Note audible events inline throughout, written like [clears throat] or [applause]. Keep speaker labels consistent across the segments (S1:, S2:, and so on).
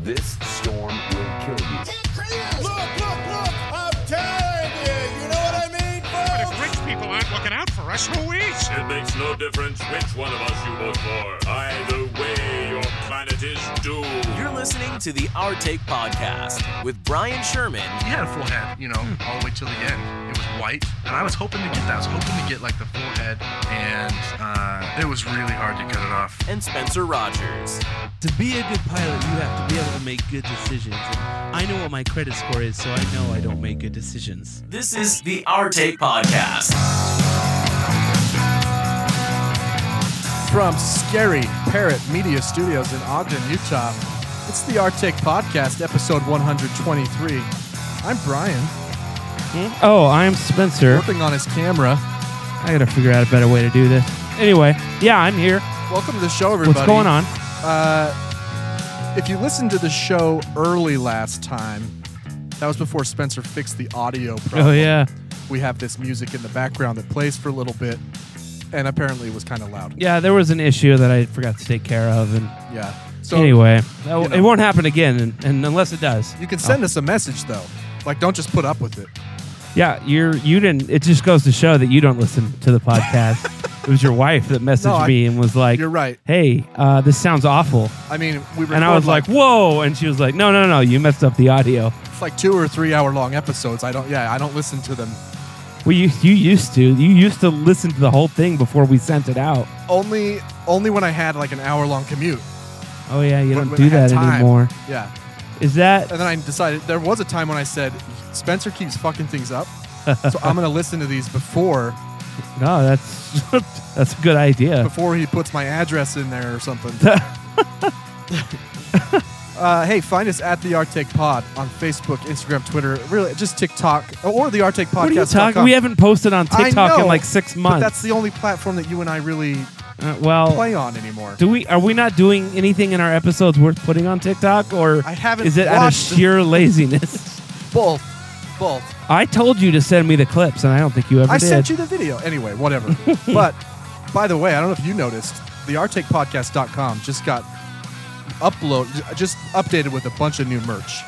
S1: This storm will kill you.
S2: Look, look, look! I'm telling you! You know what I mean,
S3: But
S2: folks?
S3: if rich people aren't looking out for us, who is?
S4: It makes no difference which one of us you vote for. Either way, your planet is doomed.
S5: You're listening to the Our Take Podcast with Brian Sherman
S6: He had a full head, you know,
S7: Hmm.
S6: all the way till the end. It was white, and I was hoping to get that. I was hoping to get like the full head, and uh, it was really hard to cut it off.
S5: and Spencer Rogers.
S8: To be a good pilot, you have to be able to make good decisions. And I know what my credit score is, so I know I don't make good decisions.
S5: This is the Our Take Podcast.
S7: From Scary Parrot Media Studios in Ogden, Utah, it's the Arctic Podcast, episode 123. I'm Brian,
S8: Oh, I'm Spencer.
S7: working on his camera.
S8: I gotta figure out a better way to do this. Anyway, yeah, I'm here.
S7: Welcome to the show, everybody.
S8: What's going on?
S7: Uh, if you listened to the show early last time, that was before Spencer fixed the audio problem.
S8: Oh yeah,
S7: We have this music in the background that plays for a little bit, and apparently it was kind of loud.
S8: yeah. There was an issue that I forgot to take care of, and
S7: Yeah. So
S8: anyway, that w-
S7: you know.
S8: it won't happen again, and, and unless it does,
S7: you can send us a message, though. Like, don't just put up with it.
S8: yeah, you're you didn't. It just goes to show that you don't listen to the [laughs] podcast. it was your wife that messaged
S7: No, I-
S8: me and was like,
S7: You're right.
S8: "Hey, uh, this sounds awful,"
S7: I mean, we record
S8: and I was like, "Whoa!" And she was like, "No, no, no, you messed up the audio."
S7: It's like two or three hour long episodes. I don't. Yeah, I don't listen to them.
S8: Well, you you used to you used to listen to the whole thing before we sent it out.
S7: Only, only when I had like an hour long commute.
S8: Oh yeah, you don't
S7: When- when
S8: do
S7: I had
S8: that
S7: time.
S8: anymore. Uh,
S7: Yeah,
S8: Is that
S7: and then I decided there was a time when I said Spencer keeps fucking
S8: [laughs]
S7: things up, so I'm gonna listen to these before
S8: no? That's [laughs] that's a good idea.
S7: before he puts my address in there
S8: [laughs]
S7: or something. [laughs] uh, hey, find us at the Arctic Pod on Facebook, Instagram, Twitter, really just TikTok or the Arctic Podcast.
S8: What are you talking? We haven't posted on TikTok in like six months.
S7: that's the only platform that you and I really
S8: Uh, well,
S7: play on anymore.
S8: do we are we not doing anything in our episodes worth putting on TikTok or
S7: I haven't
S8: is it out of
S7: watched-
S8: sheer laziness? [laughs]
S7: Both, both.
S8: I told you to send me the clips, and I don't think you ever
S7: I
S8: did.
S7: sent you the video.
S8: [laughs]
S7: Anyway, whatever. but by the way, I don't know if you noticed, the rtakepodcast.com just got upload j- just updated with a bunch of new merch.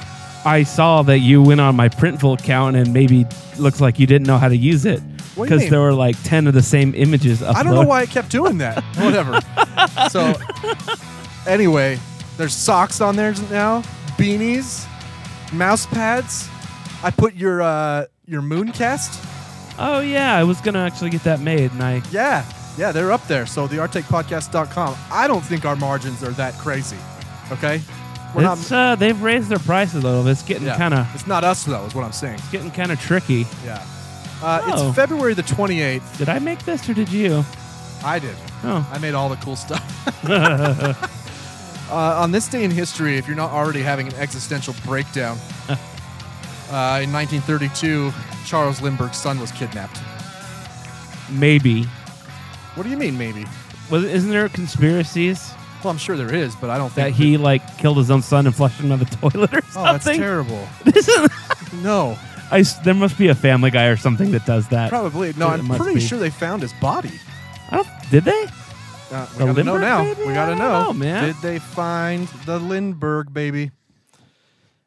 S8: I saw that you went on my Printful account and maybe looks like you didn't know how to use it
S7: What do you
S8: because
S7: mean?
S8: there were like 10 of the same images uploaded.
S7: I don't know why it kept doing that.
S8: [laughs]
S7: whatever. So anyway, there's socks on there now, beanies, mouse pads. I put your uh your mooncast.
S8: Oh, yeah. I was going to actually get that made. And I,
S7: Yeah. Yeah, they're up there. So the rtakepodcast.com. I don't think our margins are that crazy. Okay?
S8: it's, uh, they've raised their price a little bit. It's getting
S7: Yeah.
S8: kind of
S7: It's not us though, is what I'm saying.
S8: getting kind of tricky.
S7: Yeah. Uh,
S8: Oh.
S7: It's February the 28th.
S8: Did I make this or did you?
S7: I did.
S8: Oh,
S7: I made all the cool
S8: [laughs]
S7: stuff. uh, on this day in history, if you're not already having an existential
S8: [laughs]
S7: breakdown, uh, in 1932, Charles Lindbergh's son was kidnapped.
S8: maybe.
S7: What do you mean, maybe?
S8: Was, isn't there conspiracies
S7: Well, I'm sure there is, but I don't
S8: that
S7: think
S8: he like killed his own son and flushed him out the [laughs] toilet or something?
S7: Oh, that's terrible.
S8: [laughs] This is-
S7: No,
S8: I s- there must be a Family Guy or something that does that.
S7: probably no.
S8: It
S7: I'm
S8: must
S7: pretty
S8: be.
S7: sure they found his body.
S8: I don't, did they?
S7: Uh, we
S8: The
S7: gotta know
S8: Lindbergh
S7: now.
S8: baby?
S7: We
S8: I
S7: gotta
S8: don't
S7: know.
S8: know, man.
S7: Did they find the Lindbergh baby?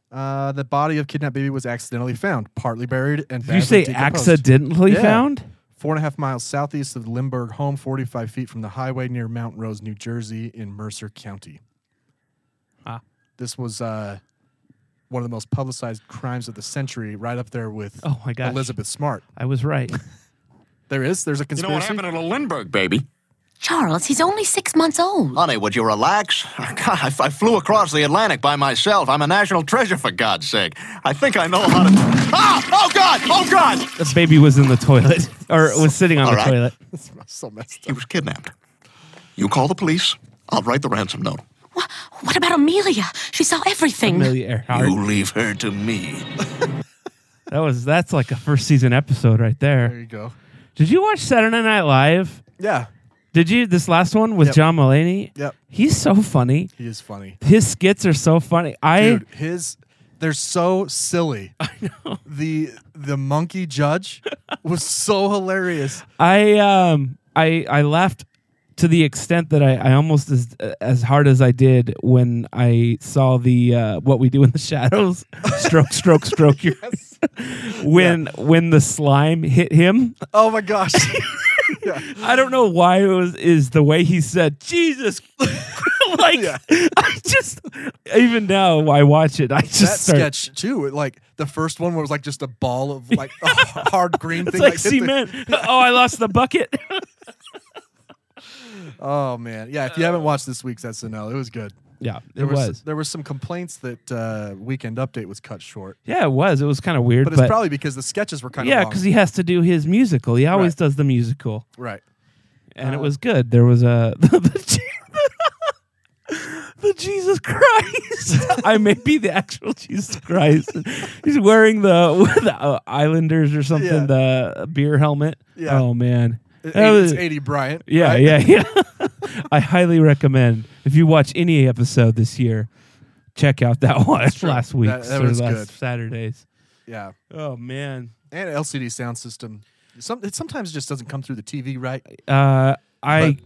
S7: Uh, the body of kidnapped baby was accidentally found, partly buried and
S8: Did you
S7: badly
S8: say
S7: decomposed.
S8: accidentally
S7: Yeah.
S8: found?
S7: Four and a half miles southeast of Lindbergh home, 45 feet from the highway near Mount Rose, New Jersey, in Mercer County.
S8: Ah.
S7: This was uh, one of the most publicized crimes of the century, right up there with
S8: Oh my gosh.
S7: Elizabeth Smart.
S8: I was right.
S7: There is. There's a
S3: You know
S7: conspiracy.
S3: what happened at a Lindbergh?
S9: baby.
S10: Charles, he's only six months old.
S9: Honey, would you relax? [laughs] God, I, I flew across the Atlantic by myself. I'm a national treasure, for God's sake. I think I know how to. Ah! Oh, God! Oh, God!
S8: [laughs] the baby was in the
S7: [laughs]
S8: toilet or was sitting on
S9: All
S8: the
S9: right.
S8: toilet.
S7: so messed
S9: He
S7: up.
S9: was kidnapped. You call the police. I'll write the ransom note.
S10: Wha- what about Amelia? She saw everything.
S8: Amelia Earhart.
S9: You leave her to me.
S8: That was that's like a first season episode right
S7: There
S8: there.
S7: you go.
S8: Did you watch Saturday Night Live?
S7: Yeah,
S8: Did you this last one with
S7: Yep.
S8: John Mulaney?
S7: Yep.
S8: He's so funny.
S7: he is funny.
S8: His skits are so funny. I
S7: Dude, his they're
S8: [laughs]
S7: so silly. I know. The the monkey judge was so hilarious.
S8: I um I I laughed to the extent that I, I almost as as hard as I did when I saw the uh, what we do in the [laughs] shadows, stroke, stroke, stroke. Your, [laughs] when when the slime hit him,
S7: Oh my
S8: [laughs]
S7: gosh.
S8: I don't know why it was is the way he said Jesus. [laughs] like
S7: Yeah.
S8: I just even now I watch it, I just
S7: that
S8: start.
S7: sketch too. It, like the first one was like just a ball of like a [laughs] h- hard green
S8: It's
S7: thing.
S8: like
S7: hit the-
S8: cement. [laughs] oh, I lost the bucket. [laughs]
S7: oh man, yeah. If you haven't watched this week's SNL, it was good.
S8: yeah, it
S7: There was,
S8: was.
S7: there were some complaints that uh, Weekend Update was cut short,
S8: Yeah, it was. It was kind of weird,
S7: but
S8: but,
S7: it's probably because the sketches were kind of
S8: yeah,
S7: long.
S8: because he has to do his musical. He always
S7: Right. Uh,
S8: does the musical,
S7: right.
S8: and it was good. There was a [laughs] the, Je- [laughs] the Jesus Christ. [laughs] I may be the actual Jesus Christ. He's wearing the, [laughs] the uh, Islanders or something,
S7: Yeah.
S8: the beer helmet.
S7: Yeah.
S8: Oh man,
S7: It-
S8: That was-
S7: it's eighty Bryant.
S8: yeah,
S7: right?
S8: yeah,
S7: [laughs]
S8: yeah. [laughs] I highly recommend if you watch any episode this year, check out that [laughs] one
S7: true.
S8: last week
S7: That- that
S8: or
S7: was
S8: last
S7: good.
S8: Saturdays.
S7: yeah.
S8: Oh man.
S7: And LCD sound system. Some, it sometimes just doesn't come through the TV right.
S8: Uh, I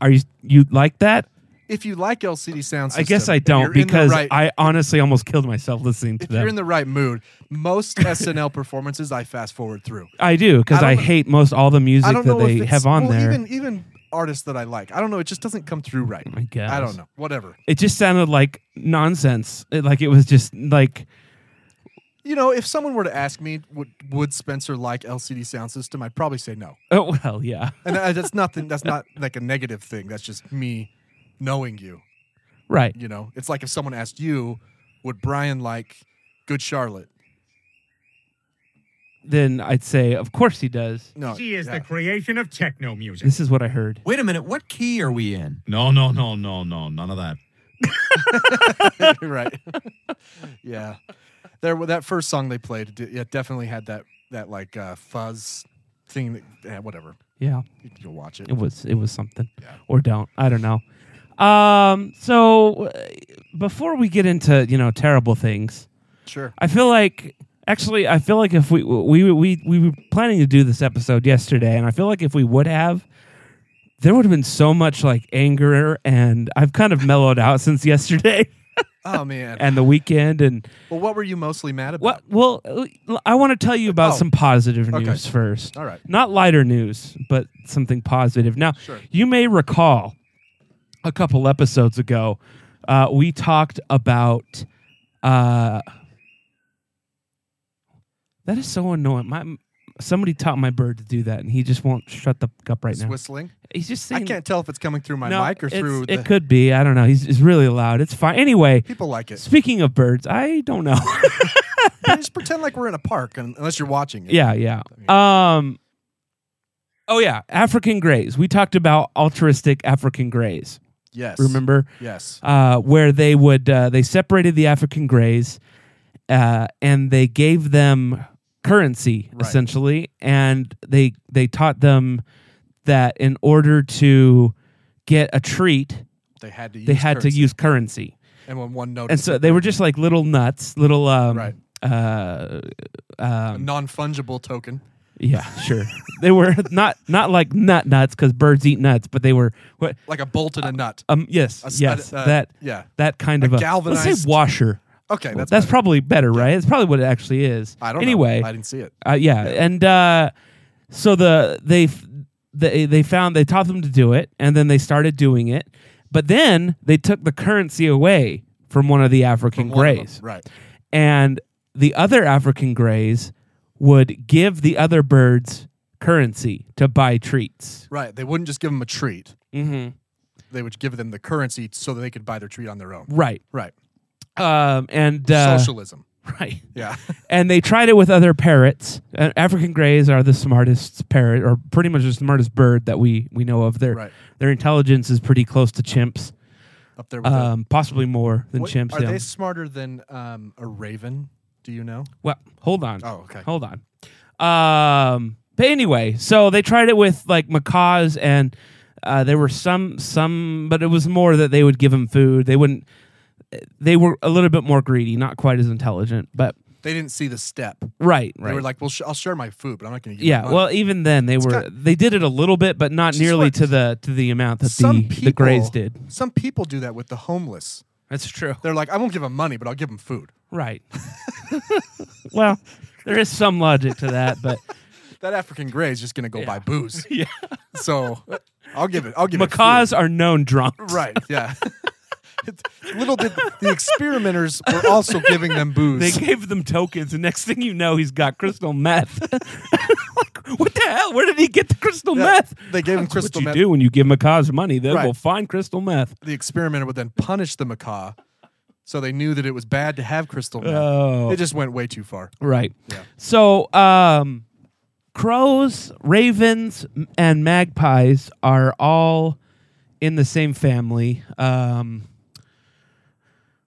S8: are you you like that?
S7: If you like LCD sound system,
S8: I guess I
S7: and
S8: don't
S7: you're in the
S8: because
S7: right-
S8: I honestly almost killed myself listening to
S7: If you're in
S8: them.
S7: the right mood,
S8: [laughs]
S7: most SNL performances I fast forward through.
S8: I do because
S7: I
S8: I,
S7: don't-
S8: hate most all the
S7: I
S8: music
S7: don't
S8: that
S7: know
S8: they
S7: if it's,
S8: have on
S7: well,
S8: there.
S7: Even even artists that I like, I don't know. It just doesn't come through right.
S8: I guess.
S7: I don't know. Whatever.
S8: It just sounded like nonsense. It, like it was just like
S7: You know, if someone were to ask me, would, would Spencer like LCD sound system? I'd probably say no.
S8: oh well yeah
S7: And I- that's nothing. That's not like a negative thing. That's just me knowing you.
S8: right
S7: You know, it's like if someone asked you, would Brian like Good Charlotte?
S8: then I'd say of course he does.
S7: No.
S11: She is
S7: yeah.
S11: the creation of techno music.
S8: This is what I heard.
S5: Wait a minute, what key are we in?
S12: No, no, no, no, no, none of that.
S7: You're [laughs] right. yeah, there. wa- That first song they played, d- yeah, definitely had that that like uh, fuzz thing. That, yeah, whatever.
S8: Yeah.
S7: You- You'll watch it.
S8: it was it was something or don't i don't know um so uh, before we get into you know terrible things
S7: Sure.
S8: i feel like actually i feel like if we we we we were planning to do this episode yesterday and i feel like if we would have there would have been so much like anger and i've kind of mellowed out since [laughs] yesterday
S7: Oh man.
S8: and the weekend and
S7: well, what were you mostly mad about?
S8: what well uh, i want to tell you about
S7: Oh.
S8: some positive
S7: Okay.
S8: news first
S7: All right.
S8: not lighter news, but something positive. Now, you may recall a couple episodes ago, uh, we talked about. Uh, that is so annoying. My somebody taught my bird to do that, and he just won't shut the f- up right
S7: It's
S8: now.
S7: whistling.
S8: He's just
S7: I
S8: saying,
S7: can't tell if it's coming through my
S8: No,
S7: mic or
S8: it's-
S7: through the
S8: It could be. I don't know. He's, he's really loud. It's fine. Anyway,
S7: people like it.
S8: speaking of birds, I don't know. [laughs]
S7: just pretend like we're in a park un- unless you're watching it.
S8: Yeah, yeah. Um Oh yeah, African grays. We talked about altruistic African grays.
S7: Yes.
S8: Remember?
S7: Yes.
S8: Uh where they would uh, they separated the African grays uh and they gave them currency
S7: Right.
S8: essentially and they they taught them that in order to get a treat
S7: They had to. Use
S8: they had
S7: currency.
S8: to use currency.
S7: And when one noticed,
S8: And so they were just like little nuts, little um
S7: Right.
S8: uh
S7: a non-fungible token.
S8: Yeah, sure. [laughs] they were not not like nut nuts because birds eat nuts, but they were what?
S7: Like a bolt in a nut.
S8: Um, yes,
S7: A s-
S8: yes,
S7: a- a-
S8: that
S7: yeah.
S8: that kind
S7: A
S8: of a Let's
S7: galvanized-
S8: say washer.
S7: Okay, that's better.
S8: probably better, right? That's probably what it actually is.
S7: I don't
S8: anyway,
S7: know. I didn't see it.
S8: uh, yeah, and uh, so the they f- they they found they taught them to do it, and then they started doing it, but then they took the currency away from one of the African
S7: One of them,
S8: grays,
S7: Right.
S8: and the other African grays would give the other birds currency to buy treats.
S7: Right. They wouldn't just give them a treat.
S8: Mm-hmm.
S7: They would give them the currency so that they could buy their treat on their own.
S8: Right.
S7: Right.
S8: Um, and uh,
S7: Socialism.
S8: [laughs] right.
S7: Yeah. [laughs]
S8: And they tried it with other parrots. Uh, African grays are the smartest parrot, or pretty much the smartest bird that we we know of. Their
S7: Right.
S8: their intelligence is pretty close to chimps,
S7: Up there with the-
S8: um, possibly more than
S7: What-
S8: chimps.
S7: Are
S8: yeah.
S7: they smarter than um, a raven? Do you know?
S8: Well, hold on.
S7: Oh, okay.
S8: Hold on. Um, but anyway, so they tried it with like macaws, and uh, there were some some, but it was more that they would give them food. They wouldn't. They were a little bit more greedy, not quite as intelligent, but
S7: they didn't see the step.
S8: Right, right.
S7: They were like, "Well, sh- I'll share my food, but I'm not going to give." you
S8: yeah,
S7: money."
S8: well, even then they were they did it a little bit, but not
S7: Which is
S8: nearly
S7: what
S8: to the to the amount that the the Grays did.
S7: Some people do that with the homeless.
S8: That's true.
S7: They're like, I won't give them money, but I'll give them food. [laughs]
S8: Right. well, there is some logic to that,
S7: [laughs]
S8: but
S7: That African Gray is just going to go buy booze.
S8: yeah,
S7: So
S8: [laughs]
S7: I'll give it. I'll give
S8: macaws
S7: it.
S8: are known drunks.
S7: food. [laughs] right? Yeah. It- Little did the experimenters were also giving them booze.
S8: They gave them tokens, and next thing you know, he's got crystal meth. [laughs] like, what the hell? Where did he get the crystal
S7: Yeah,
S8: meth?
S7: They gave them
S8: That's what
S7: crystal
S8: you
S7: meth.
S8: do when you give macaws money. They
S7: Right.
S8: will find crystal meth.
S7: The experimenter would then punish the macaw, so they knew that it was bad to have crystal meth.
S8: Oh.
S7: It just went way too far.
S8: Right.
S7: Yeah.
S8: So, um, crows, ravens, m- and magpies are all in the same family. Um,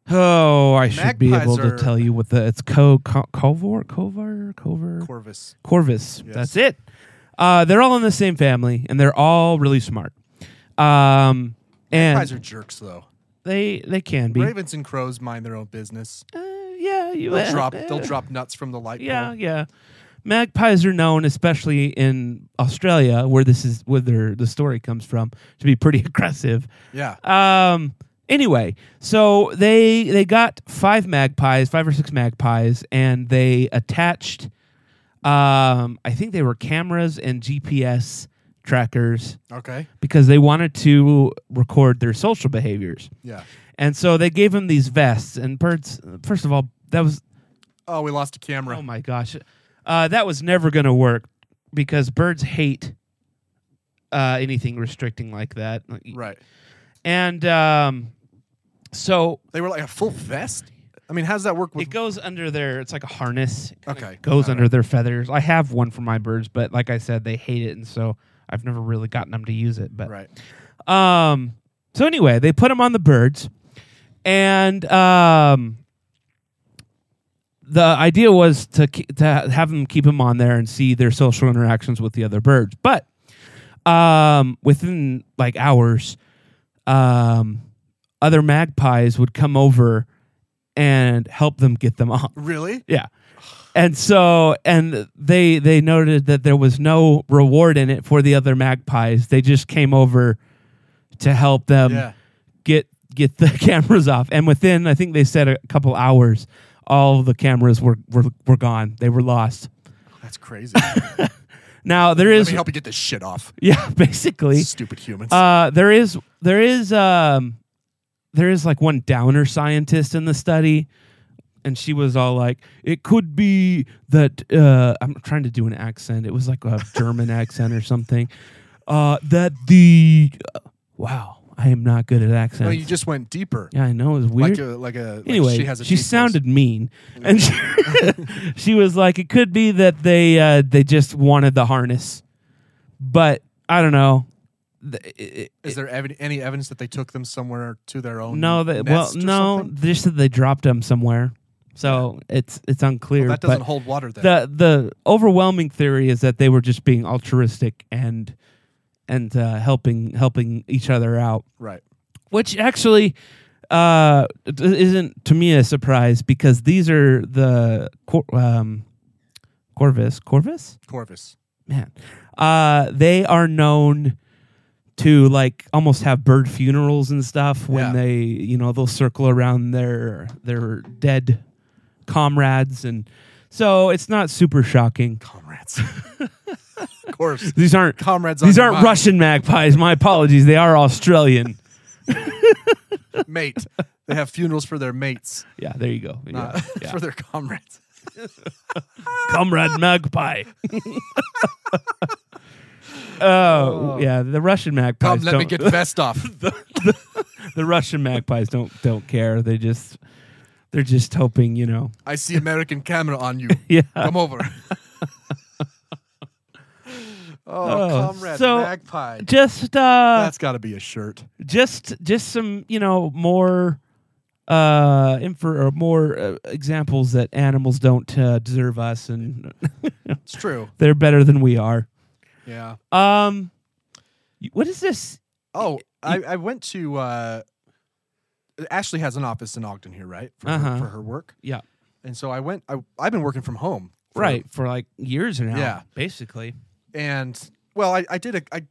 S8: oh, I should be
S7: Magpies
S8: able to
S7: are-
S8: tell you what the it's co, co covor covar cover
S7: Corvus.
S8: corvus.
S7: Yes.
S8: That's it. Uh, they're all in the same family, and they're all really smart. Um,
S7: Guys
S8: and
S7: are jerks though.
S8: they they can be.
S7: Ravens and crows mind their own business.
S8: Uh, yeah, you
S7: They'll
S8: uh,
S7: drop.
S8: uh,
S7: They'll drop nuts from the light
S8: Yeah,
S7: pole.
S8: yeah. Magpies are known, especially in Australia, where this is where their, the story comes from, to be pretty [laughs] aggressive.
S7: Yeah.
S8: Um. Anyway, so they they got five magpies, five or six magpies, and they attached. Um, I think they were cameras and GPS trackers
S7: Okay.
S8: because they wanted to record their social behaviors,
S7: Yeah.
S8: and so they gave them these vests. And birds, first of all, that was
S7: Oh, we lost a camera.
S8: Oh my gosh, uh, that was never going to work because birds hate uh, anything restricting like that.
S7: Right.
S8: And um, so
S7: They were like a full vest. I mean, how does that work with?
S8: it goes under their. It's like a harness. It kinda
S7: Okay.
S8: Goes
S7: All
S8: under their feathers. I have one for my birds, but like I said, they hate it, and so I've never really gotten them to use it. But
S7: right.
S8: Um, so anyway, they put them on the birds, and um, the idea was to ke- to have them keep them on there and see their social interactions with the other birds. But um, within like hours, um, other magpies would come over and help them get them [laughs] off.
S7: Really?
S8: Yeah. And so and they they noted that there was no reward in it for the other magpies. They just came over to help them
S7: yeah.
S8: get get the [laughs] cameras off. And within I think they said a couple hours all the cameras were were, were gone. They were lost.
S7: That's crazy. Let
S8: Now there is
S7: me help you get this shit off.
S8: [laughs] yeah, basically.
S7: Stupid humans.
S8: Uh, there is there is um there is like one downer scientist in the study, and she was all like, "It could be that uh, I'm trying to do an accent. It was like a German accent or something. Uh, that the uh, wow, I am not good at accents.
S7: no, you just went deeper.
S8: yeah, I know it's weird.
S7: Like a like a. like
S8: anyway,
S7: she has a. deep voice.
S8: sounded mean, and she, [laughs] she was like, "It could be that they uh, they just wanted the harness, but I don't know." The- it-
S7: Is there ev- any evidence that they took them somewhere to their own?
S8: No, they, well,
S7: nest or
S8: no,
S7: something?
S8: they just said they dropped them somewhere, so it's it's unclear.
S7: That doesn't
S8: but
S7: hold water. Then
S8: the the overwhelming theory is that they were just being altruistic and and uh, helping helping each other out,
S7: right.
S8: which actually uh, d- isn't to me a surprise because these are the cor- um, Corvus Corvus
S7: Corvus.
S8: man. Uh, they are known to like almost have bird funerals and stuff when
S7: Yeah.
S8: they, you know, they'll circle around their their dead comrades, and so it's not super shocking.
S7: Comrades. of course.
S8: [laughs] These aren't
S7: Comrades. on
S8: these
S7: your
S8: aren't
S7: mind.
S8: Russian magpies. My apologies, they are
S7: [laughs]
S8: Australian. [laughs]
S7: Mate. They have funerals for their mates,
S8: yeah, there you go. [laughs] Yeah,
S7: not
S8: yeah.
S7: [laughs] for their comrades.
S8: Comrade
S7: [laughs]
S8: Magpie. oh, yeah, the Russian magpies.
S7: Come, let me
S8: don't-
S7: get
S8: [laughs]
S7: vest off.
S8: the Russian magpies don't don't care. They just they're just hoping, you
S7: [laughs]
S8: know.
S7: I see American camera on you.
S8: [laughs] Yeah.
S7: Come over. oh, comrade
S8: so-
S7: magpie.
S8: Just uh
S7: That's got to be a shirt.
S8: just just some, you know, more uh infer or more uh, examples that animals don't uh, deserve us and [laughs]
S7: It's true.
S8: they're better than we are.
S7: Yeah.
S8: Um y- what is this?
S7: Oh, I, I went to. Uh, Ashley has an office in Ogden here, right? For, her,
S8: Uh-huh.
S7: for her work.
S8: Yeah.
S7: and so I went. I I've been working from home, for-
S8: right for like years now.
S7: Yeah.
S8: basically.
S7: And well, I I did a I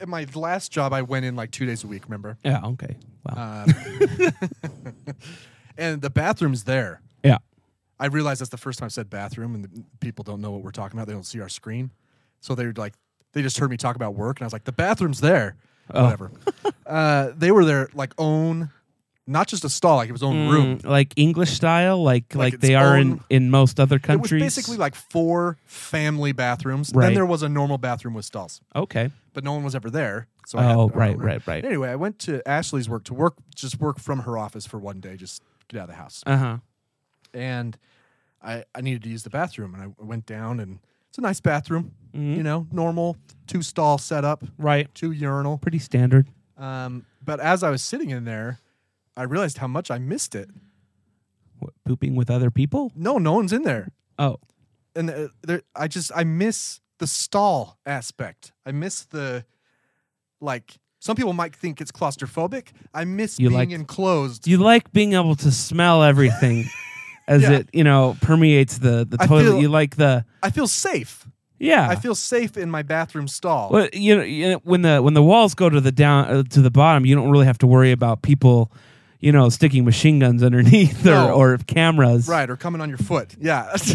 S7: at my last job I went in like two days a week. Remember?
S8: Yeah. Okay. Wow.
S7: Um, [laughs] and the bathroom's there.
S8: yeah.
S7: I realized that's the first time I said bathroom, and the people don't know what we're talking about. They don't see our screen, so they were like, they just heard me talk about work, and I was like, the bathroom's there.
S8: Oh. [laughs]
S7: Whatever. uh, they were their like own, not just a stall, like it was own room.
S8: Mm, like English style, like like,
S7: its
S8: they are
S7: own-
S8: in in most other
S7: It was
S8: countries.
S7: basically like four family bathrooms. Then
S8: Right.
S7: there was a normal bathroom with stalls,
S8: okay.
S7: but no one was ever there. So I had
S8: Oh,
S7: my own
S8: right,
S7: room.
S8: right, right.
S7: Anyway, I went to Ashley's work to work, just work from her office for one day, just get out of the house.
S8: Uh huh.
S7: and I, I needed to use the bathroom and I went down and it's a nice bathroom,
S8: Mm-hmm.
S7: you know, normal two stall setup,
S8: Right.
S7: two urinal.
S8: Pretty standard.
S7: Um, but as I was sitting in there, I realized how much I missed it.
S8: What, pooping with other people.
S7: No, no one's in there,
S8: Oh.
S7: and uh, there, I just I miss the stall aspect. I miss the like. Some people might think it's claustrophobic. I miss
S8: You
S7: being
S8: like-
S7: enclosed.
S8: You like being able to smell [laughs] everything as
S7: Yeah.
S8: it, you know, permeates the the
S7: I
S8: toilet.
S7: feel-
S8: you like the
S7: I feel safe.
S8: yeah.
S7: I feel safe in my bathroom stall.
S8: well, you know, you know, when the when the walls go to the down uh, to the bottom, you don't really have to worry about people, you know, sticking machine guns underneath
S7: No.
S8: or, or cameras.
S7: Right, or coming on your foot. Yeah. [laughs]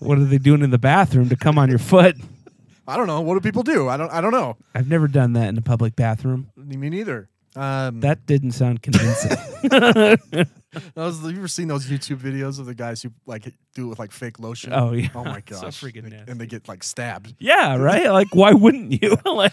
S8: What are they doing in the bathroom to come on your foot? [laughs]
S7: I don't know. What do people do? I don't. I don't know.
S8: I've never done that in a public bathroom.
S7: Me neither. Um, [laughs]
S8: That didn't sound convincing. [laughs]
S7: those, have you ever seen those YouTube videos of the guys who like do it with like fake lotion?
S8: Oh, yeah.
S7: Oh my
S8: [laughs] So
S7: gosh.
S8: freaking
S7: They-
S8: nasty.
S7: And they get like stabbed.
S8: yeah, right. Like, why wouldn't you? [laughs] like,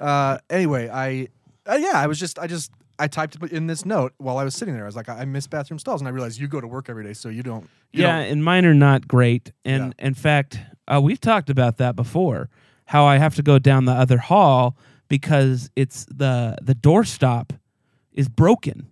S7: Uh, anyway, I uh, yeah, I was just I just I typed in this note while I was sitting there. I was like, I, I miss bathroom stalls, and I realized you go to work every day, so you don't. You
S8: yeah,
S7: Don't,
S8: and mine are not great. And in fact, uh, we've talked about that before. How I have to go down the other hall because it's the the doorstop is broken,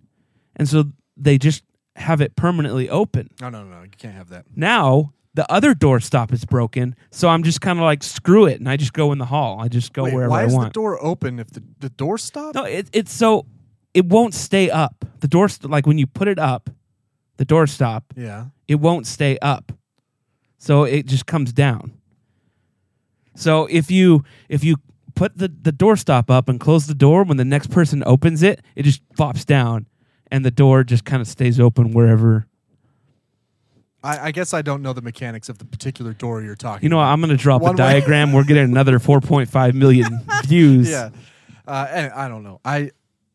S8: and so they just have it permanently open.
S7: no, no, no, no. You can't have that.
S8: Now the other doorstop is broken, so I'm just kind of like screw it, and I just go in the hall. I just go
S7: Wait,
S8: wherever
S7: why
S8: I
S7: is
S8: want.
S7: the door open if the the door stopped?
S8: No, it, it's so it won't stay up. The door, st- like when you put it up, the door stop,
S7: Yeah.
S8: it won't stay up. So it just comes down. So if you if you put the the door stop up and close the door when the next person opens it, it just flops down, and the door just kind of stays open wherever.
S7: I, I guess I don't know the mechanics of the particular door you're talking.
S8: You know, what? I'm gonna drop
S7: One
S8: a
S7: way-
S8: diagram. We're getting another 4.5
S7: [laughs]
S8: million views.
S7: yeah. Uh, and I don't know. I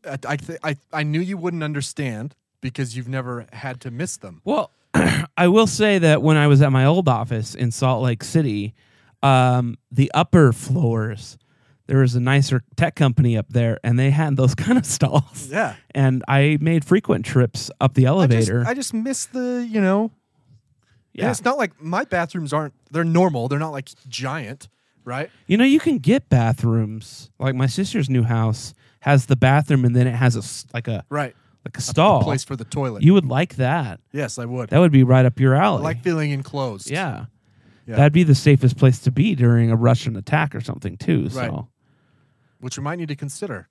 S7: I I, th- I I knew you wouldn't understand because you've never had to miss them.
S8: Well, [clears throat] I will say that when I was at my old office in Salt Lake City, um, the upper floors, there was a nicer tech company up there, and they had those [laughs] kind of stalls.
S7: Yeah.
S8: And I made frequent trips up the
S7: I just,
S8: elevator.
S7: I just miss the you know. Yeah.
S8: Yeah.
S7: it's not like my bathrooms aren't. They're normal. They're not like giant, right?
S8: you know, you can get bathrooms. Like my sister's new house has the bathroom, and then it has a s- like a
S7: Right.
S8: like a stall.
S7: Place for the toilet.
S8: Oh. you would like that.
S7: yes, I would.
S8: That would be right up your
S7: I
S8: alley.
S7: like feeling enclosed.
S8: yeah.
S7: Yeah.
S8: That'd be the safest place to be during a Russian attack or something too. So.
S7: Right. Which you might need to consider.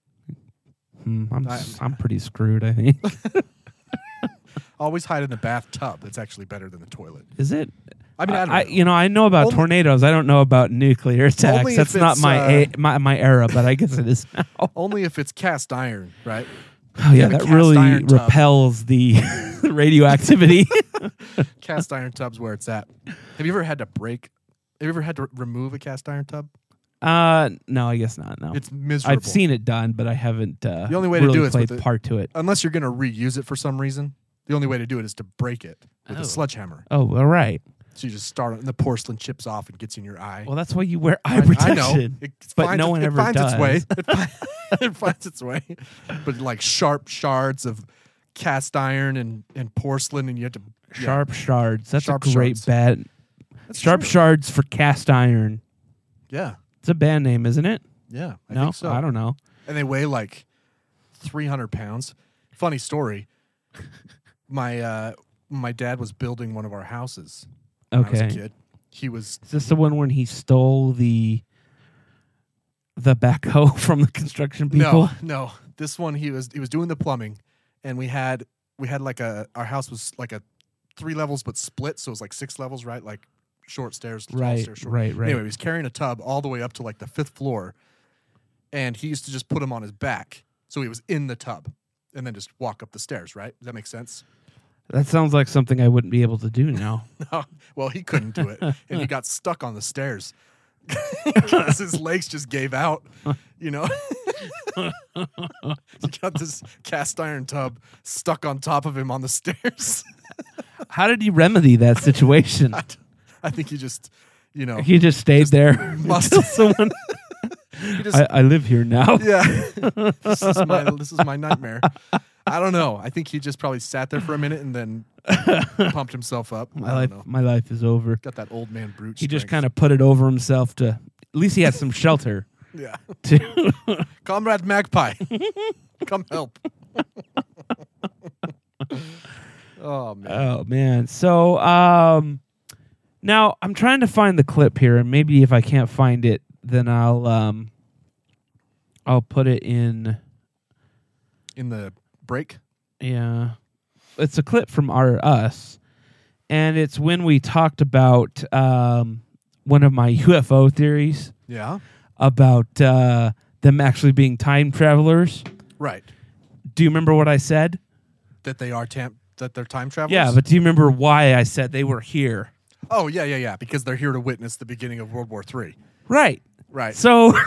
S8: Hmm, I'm,
S7: I-
S8: s- I'm pretty screwed, I
S7: [laughs]
S8: think.
S7: Always hide in the bathtub. It's actually better than the toilet.
S8: Is it?
S7: I mean, I, don't know.
S8: you know, Uh, I know about
S7: Only-
S8: tornadoes. I don't know about nuclear attacks.
S7: if
S8: That's not
S7: it's,
S8: my,
S7: uh,
S8: a, my my era, but I guess it
S7: [laughs]
S8: is now. Oh,
S7: Only if it's cast iron, right?
S8: yeah,
S7: have a
S8: that
S7: cast
S8: really
S7: iron tub.
S8: repels the [laughs]
S7: [laughs]
S8: radioactivity.
S7: cast iron tub's where it's at. Have you ever had to break? Have you ever had to r- remove a cast iron tub?
S8: uh, no, I guess not. No,
S7: It's miserable.
S8: I've seen it done, but I haven't. Uh,
S7: The only way to
S8: really
S7: do it's
S8: played
S7: with it-
S8: part to it.
S7: Unless you're going to reuse it for some reason, the only way to do it is to break it with
S8: Oh.
S7: a sledgehammer.
S8: Oh, all right.
S7: So you just start it, and the porcelain chips off and gets in your eye.
S8: Well, that's why you wear
S7: I-
S8: eye
S7: I
S8: protection.
S7: know. It
S8: but
S7: finds
S8: no
S7: it-
S8: one
S7: it
S8: ever
S7: finds
S8: does.
S7: its way. It, fi- [laughs] it finds its way. But like sharp shards of cast iron and, and porcelain, and you have to yeah.
S8: Sharp shards. That's
S7: Sharp
S8: a great
S7: shards.
S8: bet.
S7: That's
S8: Sharp
S7: true.
S8: shards for cast iron.
S7: Yeah,
S8: It's a band name, isn't it?
S7: yeah. I
S8: no,
S7: think so.
S8: I don't know.
S7: and they weigh like 300 pounds. Funny story. My uh, my dad was building one of our houses when I was a
S8: Okay.
S7: kid. He was
S8: Is this the one when he stole the the backhoe [laughs] from the construction people?
S7: no no. This one he was he was doing the plumbing, and we had we had like a our house was like a three levels but split, so it was like six levels, right? Like short stairs, tall
S8: Right,
S7: stairs, short.
S8: right, right.
S7: Anyway, he was carrying a tub all the way up to like the fifth floor, and he used to just put him on his back, so he was in the tub, and then just walk up the stairs. Right? Does that make sense?
S8: That sounds like something I wouldn't be able to do now.
S7: [laughs] well, he couldn't do it, and he got stuck on the stairs. [laughs] 'Cause his legs just gave out, you know. [laughs] he got this cast iron tub stuck on top of him on the stairs. [laughs]
S8: How did you remedy that situation?
S7: I think he just, you know, [laughs]
S8: He just stayed there
S7: must-
S8: until [laughs] someone.
S7: he just-
S8: I, I live here now.
S7: yeah. [laughs] this is my this is my nightmare. I don't know. I think he just probably sat there for a minute and then pumped himself up.
S8: [laughs] [laughs]
S7: I
S8: My
S7: don't
S8: life,
S7: know.
S8: my life is over.
S7: Got that old man brute.
S8: He just kind of put it over himself to. At least he had some shelter. [laughs]
S7: of yeah.
S8: To
S7: Comrade Magpie, [laughs] come help. oh man.
S8: oh man, so um, now I'm trying to find the clip here, and maybe if I can't find it, then I'll um, I'll put it in.
S7: In the break.
S8: Yeah. It's a clip from our us and it's when we talked about um, one of my [laughs] UFO theories
S7: Yeah.
S8: about uh, them actually being time travelers.
S7: Right.
S8: Do you remember what I said?
S7: That they are tam- that they're time travelers.
S8: Yeah, but do you remember why I said they were here?
S7: oh yeah, yeah, yeah. Because they're here to witness the beginning of World War Three.
S8: Right.
S7: Right.
S8: So [laughs]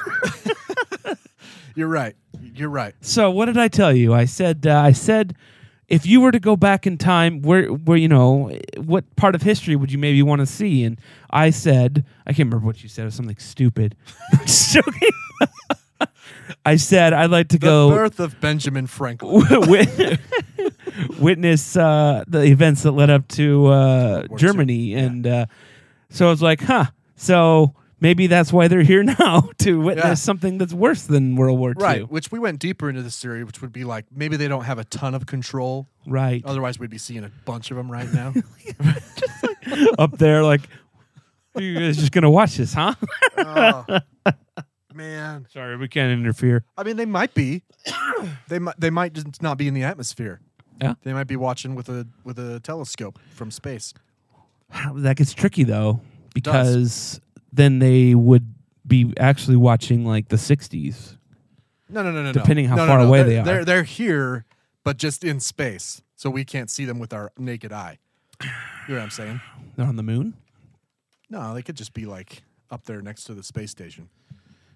S7: You're right. You're right.
S8: so what did I tell you? I said uh, I said if you were to go back in time, where where you know what part of history would you maybe want to see? And I said I can't remember what you said. It was something stupid. [laughs] Just joking. [laughs] I said I'd like to
S7: The
S8: go
S7: birth of Benjamin Franklin.
S8: [laughs] wit- witness uh, the events that led up to uh,
S7: War
S8: Germany, and uh, so I was like, huh. So maybe that's why they're here [laughs] now to witness
S7: Yeah.
S8: something that's worse than World War II.
S7: Right, which we went deeper into this theory, which would be like maybe they don't have a ton of control.
S8: Right.
S7: Otherwise, we'd be seeing a bunch of them
S8: [laughs]
S7: right now.
S8: up there like you guys just gonna watch this huh [laughs]
S7: oh, man,
S8: sorry we can't interfere
S7: I mean, they
S8: [coughs]
S7: might be. They might. They might just not be in the atmosphere.
S8: Yeah.
S7: They might be watching with a with a telescope from space.
S8: that gets tricky though because then they would be actually watching like the 60s
S7: No, no, no, no.
S8: Depending
S7: no.
S8: how
S7: no,
S8: far
S7: no, no.
S8: away
S7: they're,
S8: they are.
S7: they're they're here, but just in space, so we can't see them with our naked eye. You know what I'm saying?
S8: they're on the moon
S7: No, they could just be like up there next to the space station.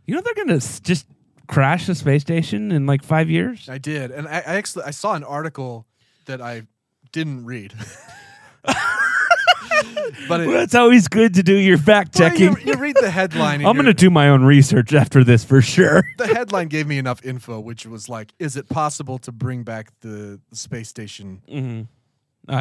S8: you know they're gonna s- just crash the space station in like five years
S7: I did, and I, I actually I saw an article that I didn't read, [laughs] but it,
S8: well, it's always good to do your fact
S7: Well,
S8: checking
S7: you, you read the headline.
S8: [laughs]
S7: and
S8: i'm
S7: you're-
S8: gonna do my own research after this for sure
S7: The headline gave me enough info, which was like, is it possible to bring back the, the space station?
S8: i can't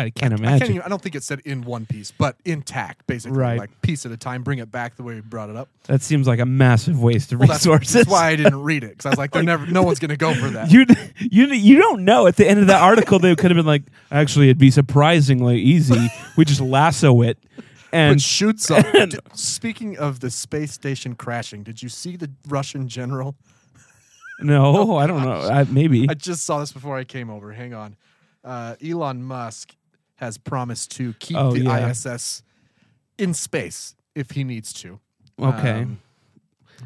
S7: I, can't
S8: imagine
S7: even, I don't think it said in one piece, but intact, basically,
S8: Right.
S7: like piece at a time. Bring it back the way we
S8: [laughs]
S7: brought it up.
S8: that seems like a massive waste of
S7: Well, that's,
S8: resources
S7: that's why I didn't read it because I was
S8: [laughs]
S7: like, they're never, no one's gonna go for that.
S8: you you you don't know at the end of that article they could have been like actually it'd be surprisingly easy we just lasso it
S7: But
S8: [laughs] and
S7: shoots up. Did- Speaking of the space station crashing, did you see the Russian general?
S8: no i don't know I, maybe
S7: I just saw this before I came over. Hang on. Uh, Elon Musk has promised to keep
S8: Oh,
S7: the
S8: yeah.
S7: ISS in space if he needs to.
S8: okay
S7: um,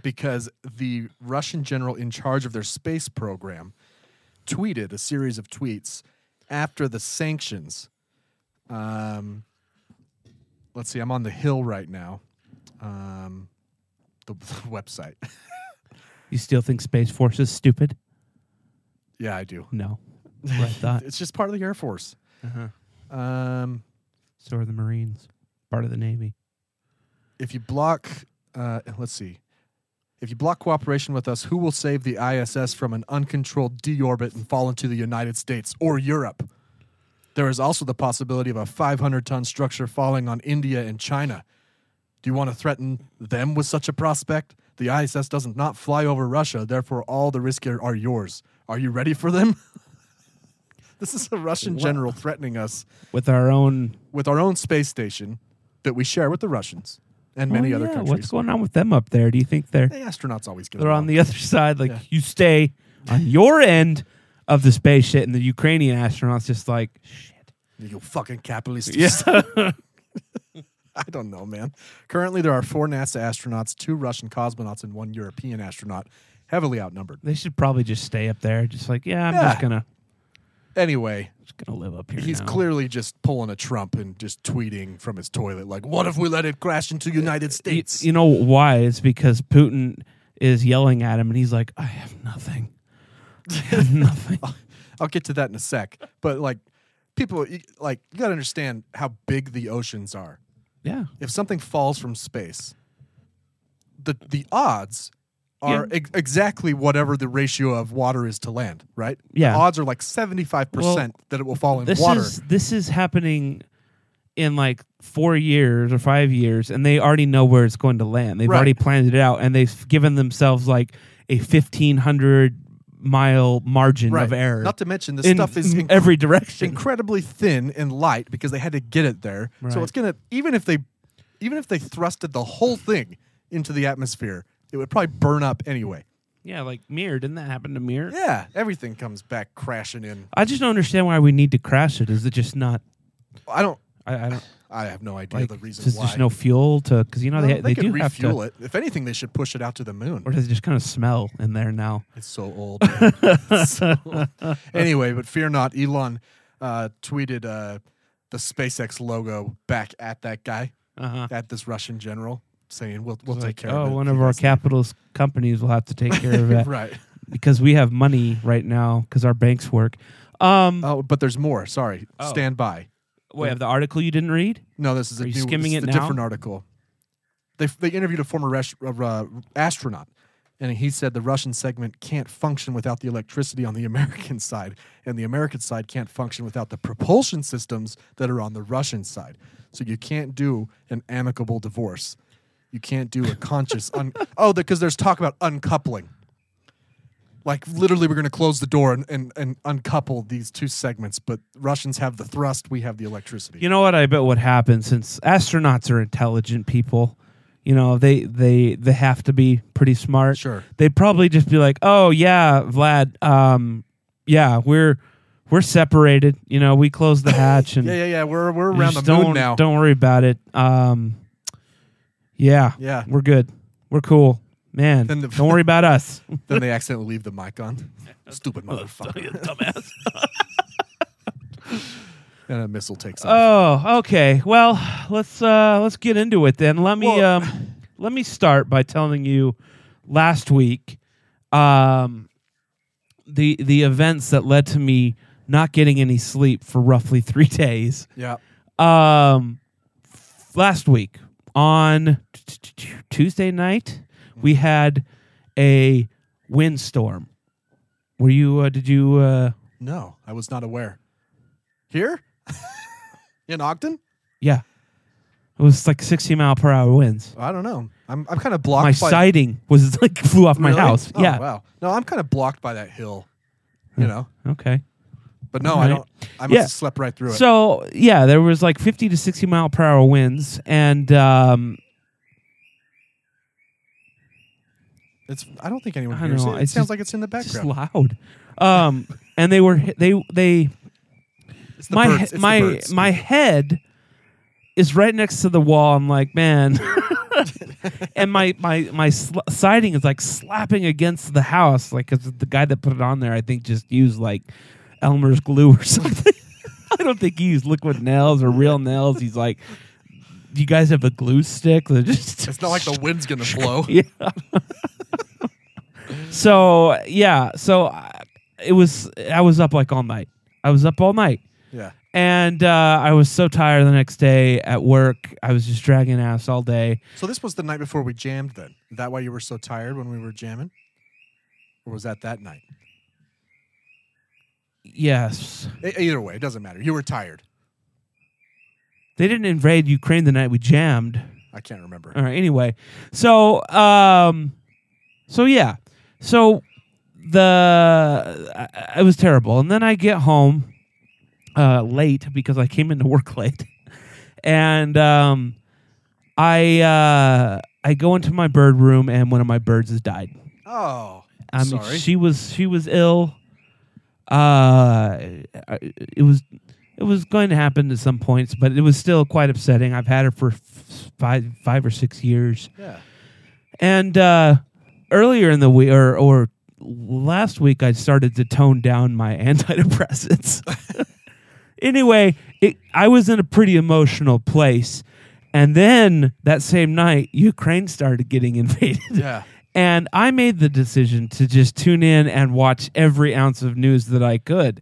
S7: because the Russian general in charge of their space program tweeted a series of tweets after the sanctions. Um, let's see, I'm on the hill right now. Um, the, [laughs] the website.
S8: you still think space force is stupid
S7: yeah, I do.
S8: no That's
S7: [laughs]
S8: what i thought
S7: It's just part of the Air Force.
S8: Uh-huh.
S7: Um,
S8: so are the marines part of the navy
S7: if you block, uh, let's see, if you block cooperation with us, who will save the ISS from an uncontrolled deorbit and fall into the United States or Europe? There is also the possibility of a 500 ton structure falling on India and China. Do you want to threaten them with such a prospect? The ISS doesn't not fly over Russia, therefore, all the risks are- are yours. Are you ready for them? [laughs] this is a Russian general threatening us
S8: with our own
S7: with our own space station that we share with the Russians and many
S8: Oh,
S7: other
S8: yeah,
S7: countries.
S8: what's going on with them up there do you think they're
S7: Hey, astronauts always get
S8: they're on
S7: along.
S8: the other side like you stay on your end of the space shit and the ukrainian astronauts just like shit
S7: You fucking capitalist.
S8: Yeah.
S7: [laughs] I don't know, man. Currently, there are four NASA astronauts, two Russian cosmonauts, and one European astronaut, heavily outnumbered.
S8: they should probably just stay up there. Just like, yeah, I'm
S7: Yeah.
S8: just gonna
S7: Anyway,
S8: just gonna live up here.
S7: he's
S8: now.
S7: clearly just pulling a Trump and just tweeting from his toilet, like, what if we let it crash into United
S8: Y-
S7: States?
S8: You know why? It's because Putin is yelling at him, and he's like, "I have nothing. I
S7: [laughs]
S8: have nothing."
S7: I'll get to that in a sec. But, like, people, y- like, you got to understand how big the oceans are.
S8: Yeah,
S7: if something falls from space, the the odds are ex- exactly whatever the ratio of water is to land, right?
S8: Yeah.
S7: Odds are like 75% that it will fall in
S8: this
S7: water.
S8: is this is happening in like four years or five years, and they already know where it's going to land. They've
S7: Right.
S8: already planned it out, and they've given themselves like a fifteen hundred mile margin
S7: right.
S8: of error.
S7: Not to mention this
S8: in
S7: stuff is
S8: m-
S7: inc-
S8: every direction.
S7: incredibly thin and light because they had to get it there. So
S8: Right.
S7: it's going to even if they even if they thrusted the whole thing into the atmosphere, it would probably burn up anyway.
S8: yeah, like Mir. Didn't that happen to Mir?
S7: Yeah, everything comes back crashing in.
S8: I just don't understand why we need to crash it. Is it just not?
S7: I don't
S8: I, I don't.
S7: I have no idea
S8: Like,
S7: the reason
S8: there's
S7: why.
S8: just no fuel to because you know
S7: Well,
S8: they, they,
S7: could
S8: do have
S7: refuel
S8: to,
S7: it. If anything, they should push it out to the moon.
S8: or does it just kind of smell in there now?
S7: It's so old.
S8: [laughs]
S7: man. It's so old. Anyway, but fear not. Elon uh, tweeted uh, the SpaceX logo back at that guy,
S8: Uh-huh.
S7: at this Russian general, saying, "We'll we'll
S8: Like,
S7: take care
S8: oh,
S7: of it."
S8: one of our capitalist companies will have to take care
S7: [laughs]
S8: of it
S7: right.
S8: because we have money right now because our banks work. Um,
S7: Oh, but there's more. Sorry.
S8: Oh.
S7: Stand by.
S8: wait, of the article you didn't read?
S7: No, this is a
S8: Are you
S7: new,
S8: skimming
S7: this is
S8: it
S7: a
S8: now?
S7: different article. They they interviewed a former res- uh, astronaut, and he said the Russian segment can't function without the electricity on the [laughs] American side, and the American side can't function without the propulsion systems that are on the Russian side. So you can't do an amicable divorce. You can't do a conscious
S8: [laughs]
S7: un- oh because there's talk about uncoupling. Like literally, we're going to close the door and, and, and uncouple these two segments. But Russians have the thrust; we have the electricity.
S8: You know what? I bet what happened since astronauts are intelligent people. You know they they they have to be pretty smart.
S7: Sure.
S8: They'd probably just be like, "Oh yeah, Vlad. Um, yeah, we're we're separated. You know, we closed the hatch
S7: [laughs]
S8: and
S7: Yeah, yeah, yeah. We're we're
S8: you
S7: around the
S8: just
S7: moon
S8: don't,
S7: now.
S8: Don't worry about it. Um, yeah,
S7: Yeah.
S8: we're good. We're cool, man.
S7: Then the-
S8: don't worry about
S7: [laughs]
S8: us. [laughs]
S7: Then they accidentally leave the mic on. [laughs] Stupid
S8: Oh,
S7: motherfucker.
S8: Dumbass.
S7: [laughs] and a missile takes off.
S8: Oh, okay. Well, let's uh let's get into it then. Let me
S7: Well-
S8: um let me start by telling you last week um the the events that led to me not getting any sleep for roughly 3 [laughs] days.
S7: yeah.
S8: Um f- last week on t- t- t- Tuesday night, we had a windstorm. Were you uh, did you uh
S7: No, I was not aware. Here? [laughs] In Ogden?
S8: yeah. It was like 60 mile per hour winds.
S7: I don't know. I'm I'm kind of blocked
S8: my
S7: by
S8: siding was like [laughs] flew off my
S7: Really?
S8: house.
S7: Oh,
S8: yeah.
S7: Wow. No, I'm kind of blocked by that hill. You know.
S8: Okay.
S7: But no, I
S8: Right.
S7: don't I must
S8: Yeah.
S7: have slept right through it.
S8: So yeah, there was like fifty to sixty mile per hour winds, and um,
S7: it's I don't think anyone
S8: I
S7: hears
S8: know,
S7: it. It
S8: it's
S7: sounds
S8: just-
S7: like it's in the
S8: just
S7: background.
S8: loud. Um, and they were they they
S7: It's the
S8: my
S7: birds. It's the
S8: my
S7: birds.
S8: my head is right next to the wall. I'm like, man. [laughs] and my my my sl- siding is like slapping against the house, like 'cause the guy that put it on there, I think, just used like Elmer's glue or [laughs] something. I don't think he used liquid nails or real nails. He's like, "Do you guys have a glue stick?" [laughs] They're just
S7: It's not like the wind's
S8: [laughs]
S7: gonna blow.
S8: yeah. so yeah, so I, it was. I was up like all night. I was up all night,
S7: Yeah.
S8: and uh, I was so tired the next day at work. I was just dragging ass all day.
S7: So this was the night before we jammed. Then Is that why you were so tired when we were jamming, or was that that night?
S8: Yes,
S7: E- either way, it doesn't matter. You were tired.
S8: they didn't invade Ukraine the night we jammed.
S7: I can't remember.
S8: All right. Anyway, so um, so yeah, so the I, it was terrible, and then I get home uh late because I came into work [laughs] late, and um, I uh I go into my bird room, and one of my birds has died.
S7: Oh,
S8: I mean,
S7: sorry.
S8: she was she was ill. Uh, I- it was it was going to happen at some points, but it was still quite upsetting. I've had her for f- five five or six years.
S7: Yeah.
S8: And uh, earlier in the week, or, or last week, I started to tone down my [laughs] antidepressants. [laughs] anyway, it, I was in a pretty emotional place. And then that same night, Ukraine started getting invaded. [laughs]
S7: Yeah.
S8: And I made the decision to just tune in and watch every ounce of news that I could.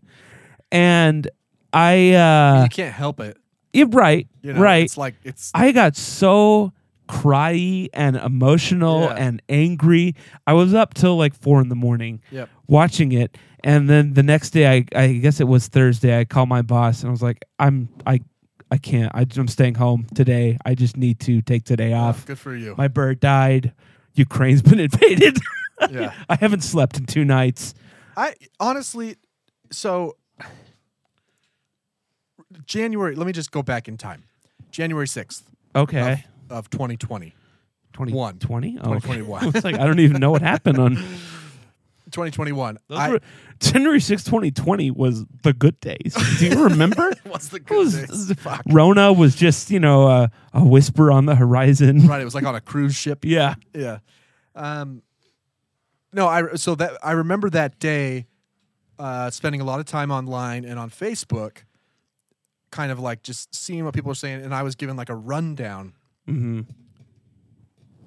S8: And I, uh,
S7: you can't help it.
S8: yeah, right,
S7: You know?
S8: right.
S7: It's like it's
S8: I got so cryy and emotional
S7: Yeah.
S8: and angry. I was up till like four in the morning
S7: Yep.
S8: watching it. And then the next day, I, I guess it was Thursday, I called my boss and I was like, I'm, I, I can't, I, I'm staying home today. I just need to take today off.
S7: good for you.
S8: My bird died. Ukraine's been [laughs] invaded.
S7: Yeah.
S8: [laughs] I haven't slept in two nights.
S7: I honestly, so January. Let me just go back in time. January sixth
S8: Okay.
S7: of 2020,
S8: 21. 20? Oh, okay.
S7: 2021.
S8: [laughs] it's like, I don't even know what happened
S7: [laughs]
S8: on
S7: 2021.
S8: Those
S7: I,
S8: were, January 6, 2020 was the good days. Do you
S7: [laughs]
S8: remember?
S7: was the
S8: It was-
S7: good
S8: [laughs]
S7: days. Fuck.
S8: Rona was just, you know, uh, a whisper on the horizon.
S7: Right, it was like on a cruise
S8: [laughs]
S7: ship.
S8: Yeah.
S7: Yeah. Um, no, I so that I remember that day, uh, spending a lot of time online and on Facebook, kind of like just seeing what people were saying, and I was given like a rundown. Mm-hmm.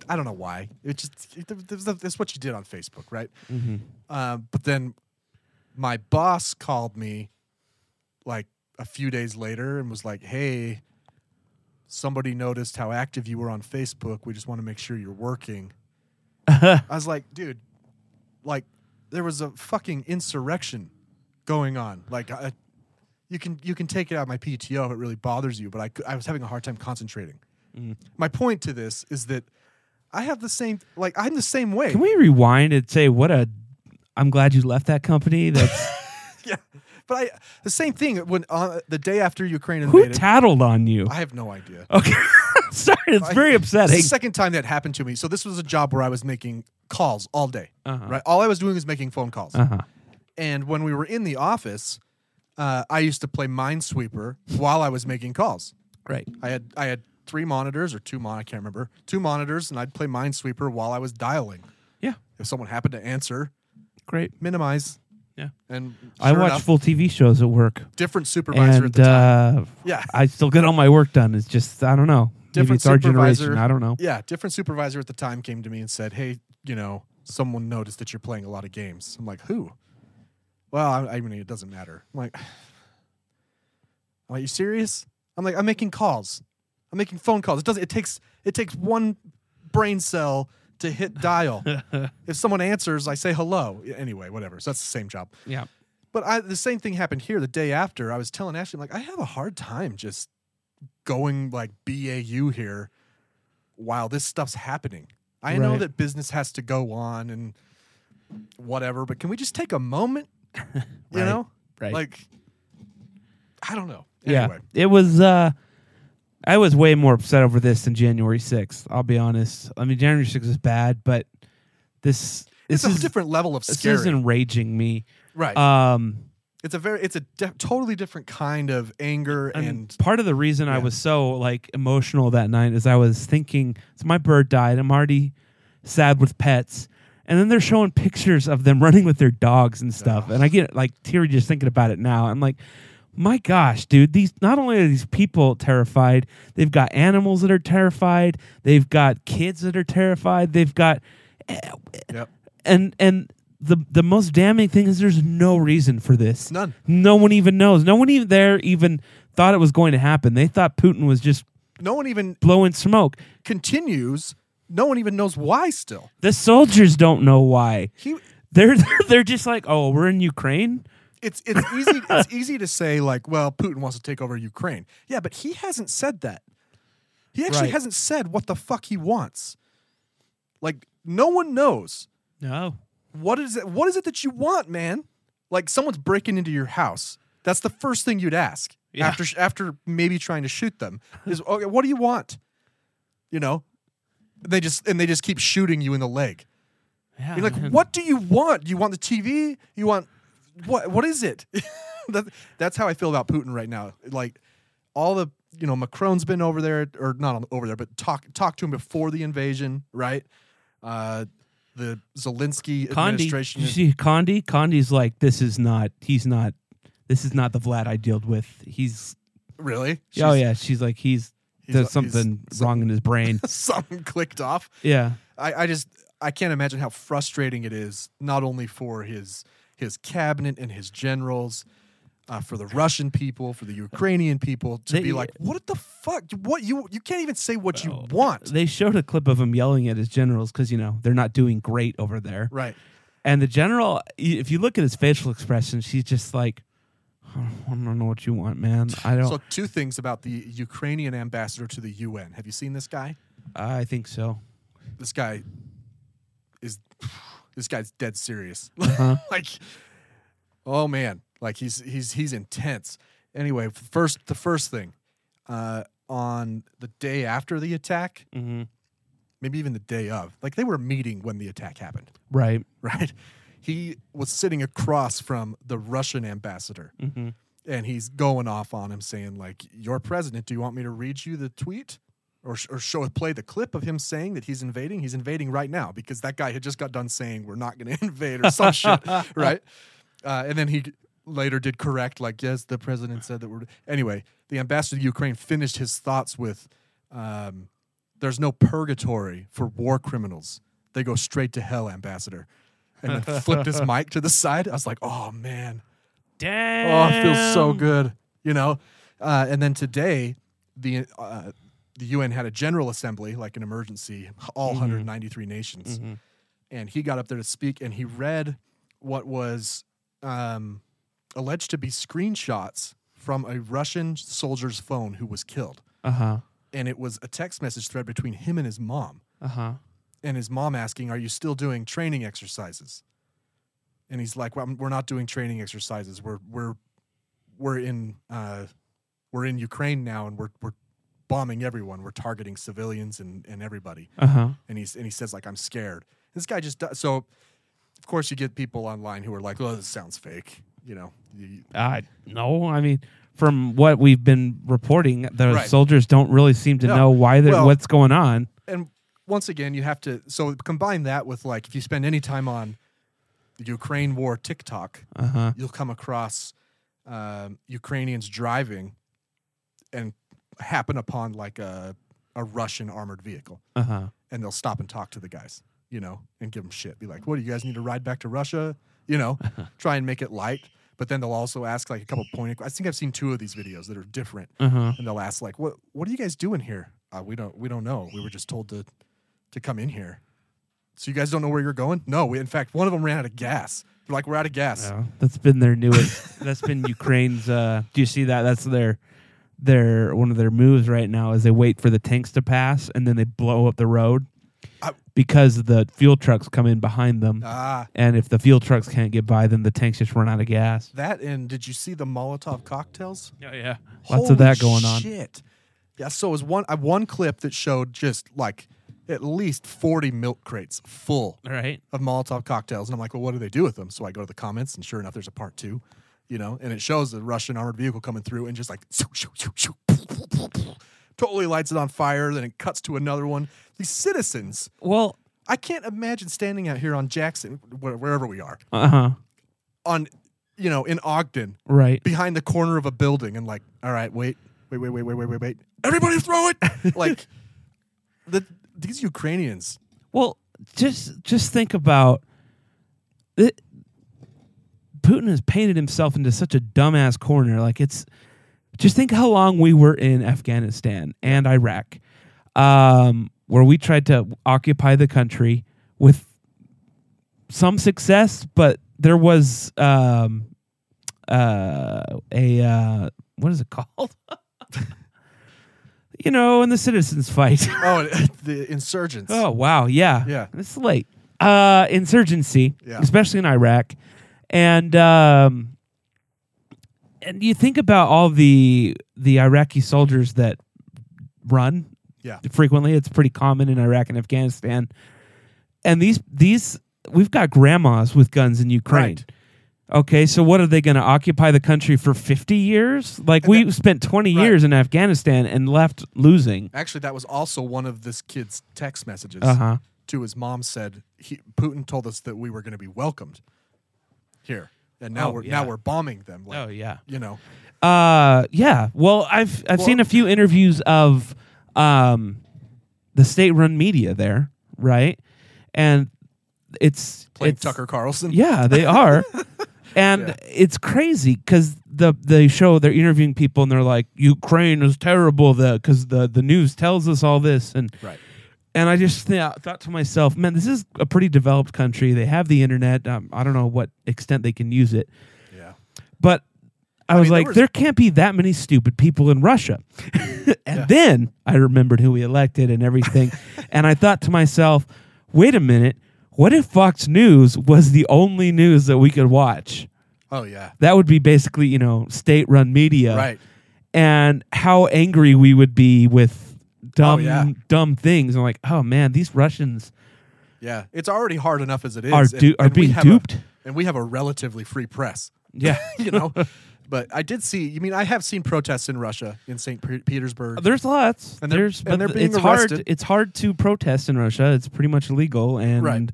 S7: I don't know why. It just it, it, was- that's what you did on Facebook, right? Mm-hmm. Uh, but then my boss called me like a few days later and was like, "Hey, somebody noticed how active you were on Facebook. We just want to make sure
S8: [laughs]
S7: you're working." I was like, "Dude, like there was a fucking insurrection going on. Like I, you can you can take it out of my PTO if it really bothers you, but I cou- I was having a hard time concentrating."
S8: Mm.
S7: My point to this is that I have the same like I'm the same way.
S8: Can we rewind and say, what a. I'm glad you left that
S7: [laughs]
S8: company. That's
S7: yeah. But I the same thing when uh, the day after Ukraine
S8: who
S7: invaded.
S8: tattled on you. [laughs]
S7: I have no idea.
S8: Okay, [laughs] sorry, it's
S7: I-
S8: very
S7: It's [laughs]
S8: upsetting.
S7: the second time that happened to me. So this was a job where I was making calls all day.
S8: Uh-huh.
S7: Right. All I was doing was making phone calls.
S8: Uh huh.
S7: And when we were in the office, uh, I used to play Minesweeper while I was making calls.
S8: Right.
S7: I had I had three monitors or two mon I can't remember two monitors, and I'd play Minesweeper while I was dialing.
S8: Yeah.
S7: If someone happened to answer,
S8: Great.
S7: minimize.
S8: Yeah.
S7: And
S8: I
S7: sure
S8: watch
S7: enough,
S8: full TV shows at work,
S7: different supervisor at
S8: and
S7: the time.
S8: uh,
S7: Yeah.
S8: I still get all my work done. It's just I don't know. Maybe
S7: different
S8: it's our
S7: supervisor.
S8: generation. I don't know.
S7: Yeah, different supervisor at the time came to me and said, "Hey, you know, someone noticed that you're playing a lot of games." I'm like, "Who?" Well, I, I mean, it doesn't matter. I'm like, "Are you serious?" I'm like, "I'm making calls. I'm making phone calls. It doesn't. It takes it takes one brain cell to hit dial. if someone answers, I say hello. Anyway, whatever. So that's the same job.
S8: Yeah.
S7: But I, the same thing happened here the day after. I was telling Ashley, like, I have a hard time just going like BAU here while this stuff's happening. I know
S8: Right.
S7: that business has to go on and whatever, but can we just take
S8: [laughs]
S7: a moment? You
S8: Right,
S7: know?
S8: right.
S7: Like, I don't know.
S8: Yeah.
S7: Anyway,
S8: It was uh I was way more upset over this than January 6th, I'll be honest. I mean January 6th is bad, but this
S7: it's
S8: this
S7: a
S8: is
S7: different level of
S8: this
S7: scary.
S8: is enraging me.
S7: right.
S8: Um
S7: it's a very, it's a de- totally different kind of anger
S8: and,
S7: and,
S8: part of the reason I was so like emotional that night is I was thinking, so my bird died. I'm already sad with pets. And then they're showing pictures of them running with their dogs and stuff. And I get like teary just thinking about it now. I'm like, my gosh, dude, these not only are these people terrified, they've got animals that are terrified, they've got kids that are terrified, they've got
S7: Yep.
S8: and and the the most damning thing is there's no reason for this.
S7: None.
S8: No one even knows. No one even there even thought it was going to happen. They thought Putin was just
S7: no one even
S8: blowing smoke.
S7: continues. No one even knows why still.
S8: The soldiers don't know why. [laughs]
S7: He,
S8: They're they're just like, "Oh, we're in Ukraine?"
S7: it's it's easy it's easy to say like, well, Putin wants to take over Ukraine. Yeah, but he hasn't said that. He
S8: Right.
S7: actually hasn't said what the fuck he wants. Like no one knows
S8: No.
S7: what is it what is it that you want, man? Like someone's breaking into your house. That's the first thing you'd ask
S8: Yeah.
S7: after sh- after maybe trying to shoot them is okay, what do you want? You know? They just and they just keep shooting you in the leg.
S8: Yeah,
S7: You're like,
S8: man.
S7: what do you want? You want the TV? You want what? What is it? [laughs] that, that's how I feel about Putin right now. Like all the you know Macron's been over there or not on- over there, but talk talk to him before the invasion, right? Uh, the Zelensky
S8: Condi,
S7: administration.
S8: you
S7: is-
S8: see Condi? Condi's like, this is not, he's not, this is not the Vlad I dealt with. He's,
S7: really?
S8: oh
S7: She's-
S8: yeah, she's like, he's,
S7: He's-
S8: there's
S7: he's-
S8: something wrong in his
S7: [laughs]
S8: brain.
S7: Something clicked off.
S8: yeah.
S7: I, I just I can't imagine how frustrating it is, not only for his his cabinet and his generals, uh, for the Russian people, for the Ukrainian people, to
S8: They-
S7: be like, what the fuck? What you you can't even say what you want,
S8: They showed a clip of him yelling at his generals because, you know, they're not doing great over there.
S7: right?
S8: And the general, i- if you look at his facial expression, she's just like, I don't know what you want, man. I don't,
S7: So two things about the Ukrainian ambassador to the UN. Have you seen this guy?
S8: I think so.
S7: This guy is [sighs] this guy's dead serious. [laughs] like oh man, like he's he's he's intense. Anyway, first the first thing uh on the day after the attack, maybe even the day of. Like they were meeting when the attack happened,
S8: Right.
S7: [laughs] right? He was sitting across from the Russian ambassador. And he's going off on him saying like, "Your president, do you want me to read you the tweet?" Or, sh- or show play the clip of him saying that he's invading. He's invading right now because that guy had just got done saying we're not going to [laughs] invade or some shit, right? Uh, and then he later did correct, like, yes, the president said that we're. Anyway, the ambassador to Ukraine finished his thoughts with um, there's no purgatory for war criminals. They go straight to hell, ambassador. And then flipped his mic to the side. I was like, oh, man.
S8: Damn.
S7: Oh, it feels so good, you know. Uh, and then today, the uh, the UN had a general assembly, like an emergency, all 193 nations, and he got up there to speak, and he read what was um, alleged to be screenshots from a Russian soldier's phone who was killed,
S8: Uh huh.
S7: and it was a text message thread between him and his mom
S8: Uh huh.
S7: and his mom asking, "Are you still doing training exercises?" And he's like, well, I'm- "We're not doing training exercises. We're we're we're in uh, we're in Ukraine now, and we're we're bombing everyone. We're targeting civilians and and everybody."
S8: Uh huh.
S7: And he's and he says like, "I'm scared." This guy just does, so. Of course, you get people online who are like, "Oh, this sounds fake." You know, You-
S8: Uh, no, I mean, from what we've been reporting, the
S7: Right.
S8: soldiers don't really seem to
S7: No.
S8: know why they're
S7: Well-
S8: what's going on.
S7: and once again, you have to so combine that with like if you spend any time on the Ukraine war TikTok,
S8: Uh huh.
S7: you'll come across um, Ukrainians driving and happen upon like a a Russian armored vehicle,
S8: Uh huh.
S7: and they'll stop and talk to the guys, you know, and give them shit. Be like, "What do you guys need to ride back to Russia?" You know, try and make it light. But then they'll also ask like a couple pointed. I think I've seen two of these videos that are different,
S8: Uh huh.
S7: and they'll ask like, "What What are you guys doing here?" Uh, we don't We don't know. We were just told to to come in here. So you guys don't know where you're going? No. We, in fact, one of them ran out of gas. They're like, "We're out of gas."
S8: That's been their newest. that's been Ukraine's. Uh, do you see that? That's their their one of their moves right now is they wait for the tanks to pass and then they blow up the road
S7: I-
S8: because the fuel trucks come in behind them.
S7: Ah,
S8: and if the fuel trucks can't get by, then the tanks just run out of gas.
S7: That and did you see the Molotov cocktails?
S8: Yeah, yeah. Lots of that going on.
S7: Shit. Yeah. So it was one I one clip that showed just like at least forty milk crates full
S8: All right.
S7: of Molotov cocktails, and I'm like, well, what do they do with them? So I go to the comments, and sure enough, there's a part two, you know, and it shows the Russian armored vehicle coming through, and just like shoo, shoo, shoo, shoo, totally lights it on fire. Then it cuts to another one. These citizens.
S8: Well,
S7: I can't imagine standing out here on Jackson, wh- wherever we are,
S8: uh huh.
S7: on, you know, in Ogden,
S8: Right.
S7: behind the corner of a building and like, all right, wait, wait, wait, wait, wait, wait, wait, wait. Everybody throw it. like the these Ukrainians.
S8: Well, just just think about it. Putin has painted himself into such a dumbass corner. Like it's just think how long we were in Afghanistan and Iraq, um, where we tried to occupy the country with some success, but there was um, uh, a uh, what is it called? [laughs] you know, in the citizens fight. [laughs]
S7: Oh, [laughs] the insurgents.
S8: Oh wow, yeah,
S7: Yeah.
S8: It's late. Uh, insurgency,
S7: Yeah.
S8: especially in Iraq, and um, and you think about all the the Iraqi soldiers that run
S7: Yeah.
S8: frequently. It's pretty common in Iraq and Afghanistan, and these these we've got grandmas with guns in Ukraine.
S7: Right.
S8: Okay, so what are they going to occupy the country for 50 years? Like we spent 20
S7: Right.
S8: years in Afghanistan and left losing.
S7: Actually, that was also one of this kid's text messages
S8: Uh-huh.
S7: to his mom. Said he, Putin told us that we were going to be welcomed here, and now
S8: Oh,
S7: we're
S8: yeah.
S7: now we're bombing them. Like,
S8: Oh, yeah.
S7: you know,
S8: Uh yeah. Well, I've I've seen a few interviews of um the state-run media there, right? And it's
S7: playing
S8: it's,
S7: Tucker Carlson.
S8: Yeah, they are. and
S7: Yeah.
S8: it's crazy because the they show they're interviewing people and they're like, Ukraine is terrible because the, the news tells us all this and
S7: Right.
S8: and I just th- thought to myself, man, this is a pretty developed country. They have the internet. Um, I don't know what extent they can use it,
S7: Yeah.
S8: but I, was
S7: mean, there
S8: like,
S7: was-
S8: there can't be that many stupid people in Russia. [laughs] and then I remembered who we elected and
S7: [laughs]
S8: everything. and I thought to myself, wait a minute, what if Fox News was the only news that we could watch?
S7: Oh yeah.
S8: That would be basically, you know, state run media.
S7: Right.
S8: And how angry we would be with dumb,
S7: Oh, yeah.
S8: dumb things. I'm like, oh man, these Russians.
S7: Yeah. It's already hard enough as it is.
S8: Are du- are
S7: we
S8: being
S7: have a-
S8: duped.
S7: and we have a relatively free press.
S8: Yeah.
S7: [laughs]
S8: [laughs]
S7: you know. But I did see. You mean I have seen protests in Russia in Saint Pe- Petersburg.
S8: There's lots.
S7: And they're-
S8: There's,
S7: and
S8: but
S7: they're being
S8: it's hard.
S7: arrested.
S8: It's hard to protest in Russia. It's pretty much illegal, and
S7: Right.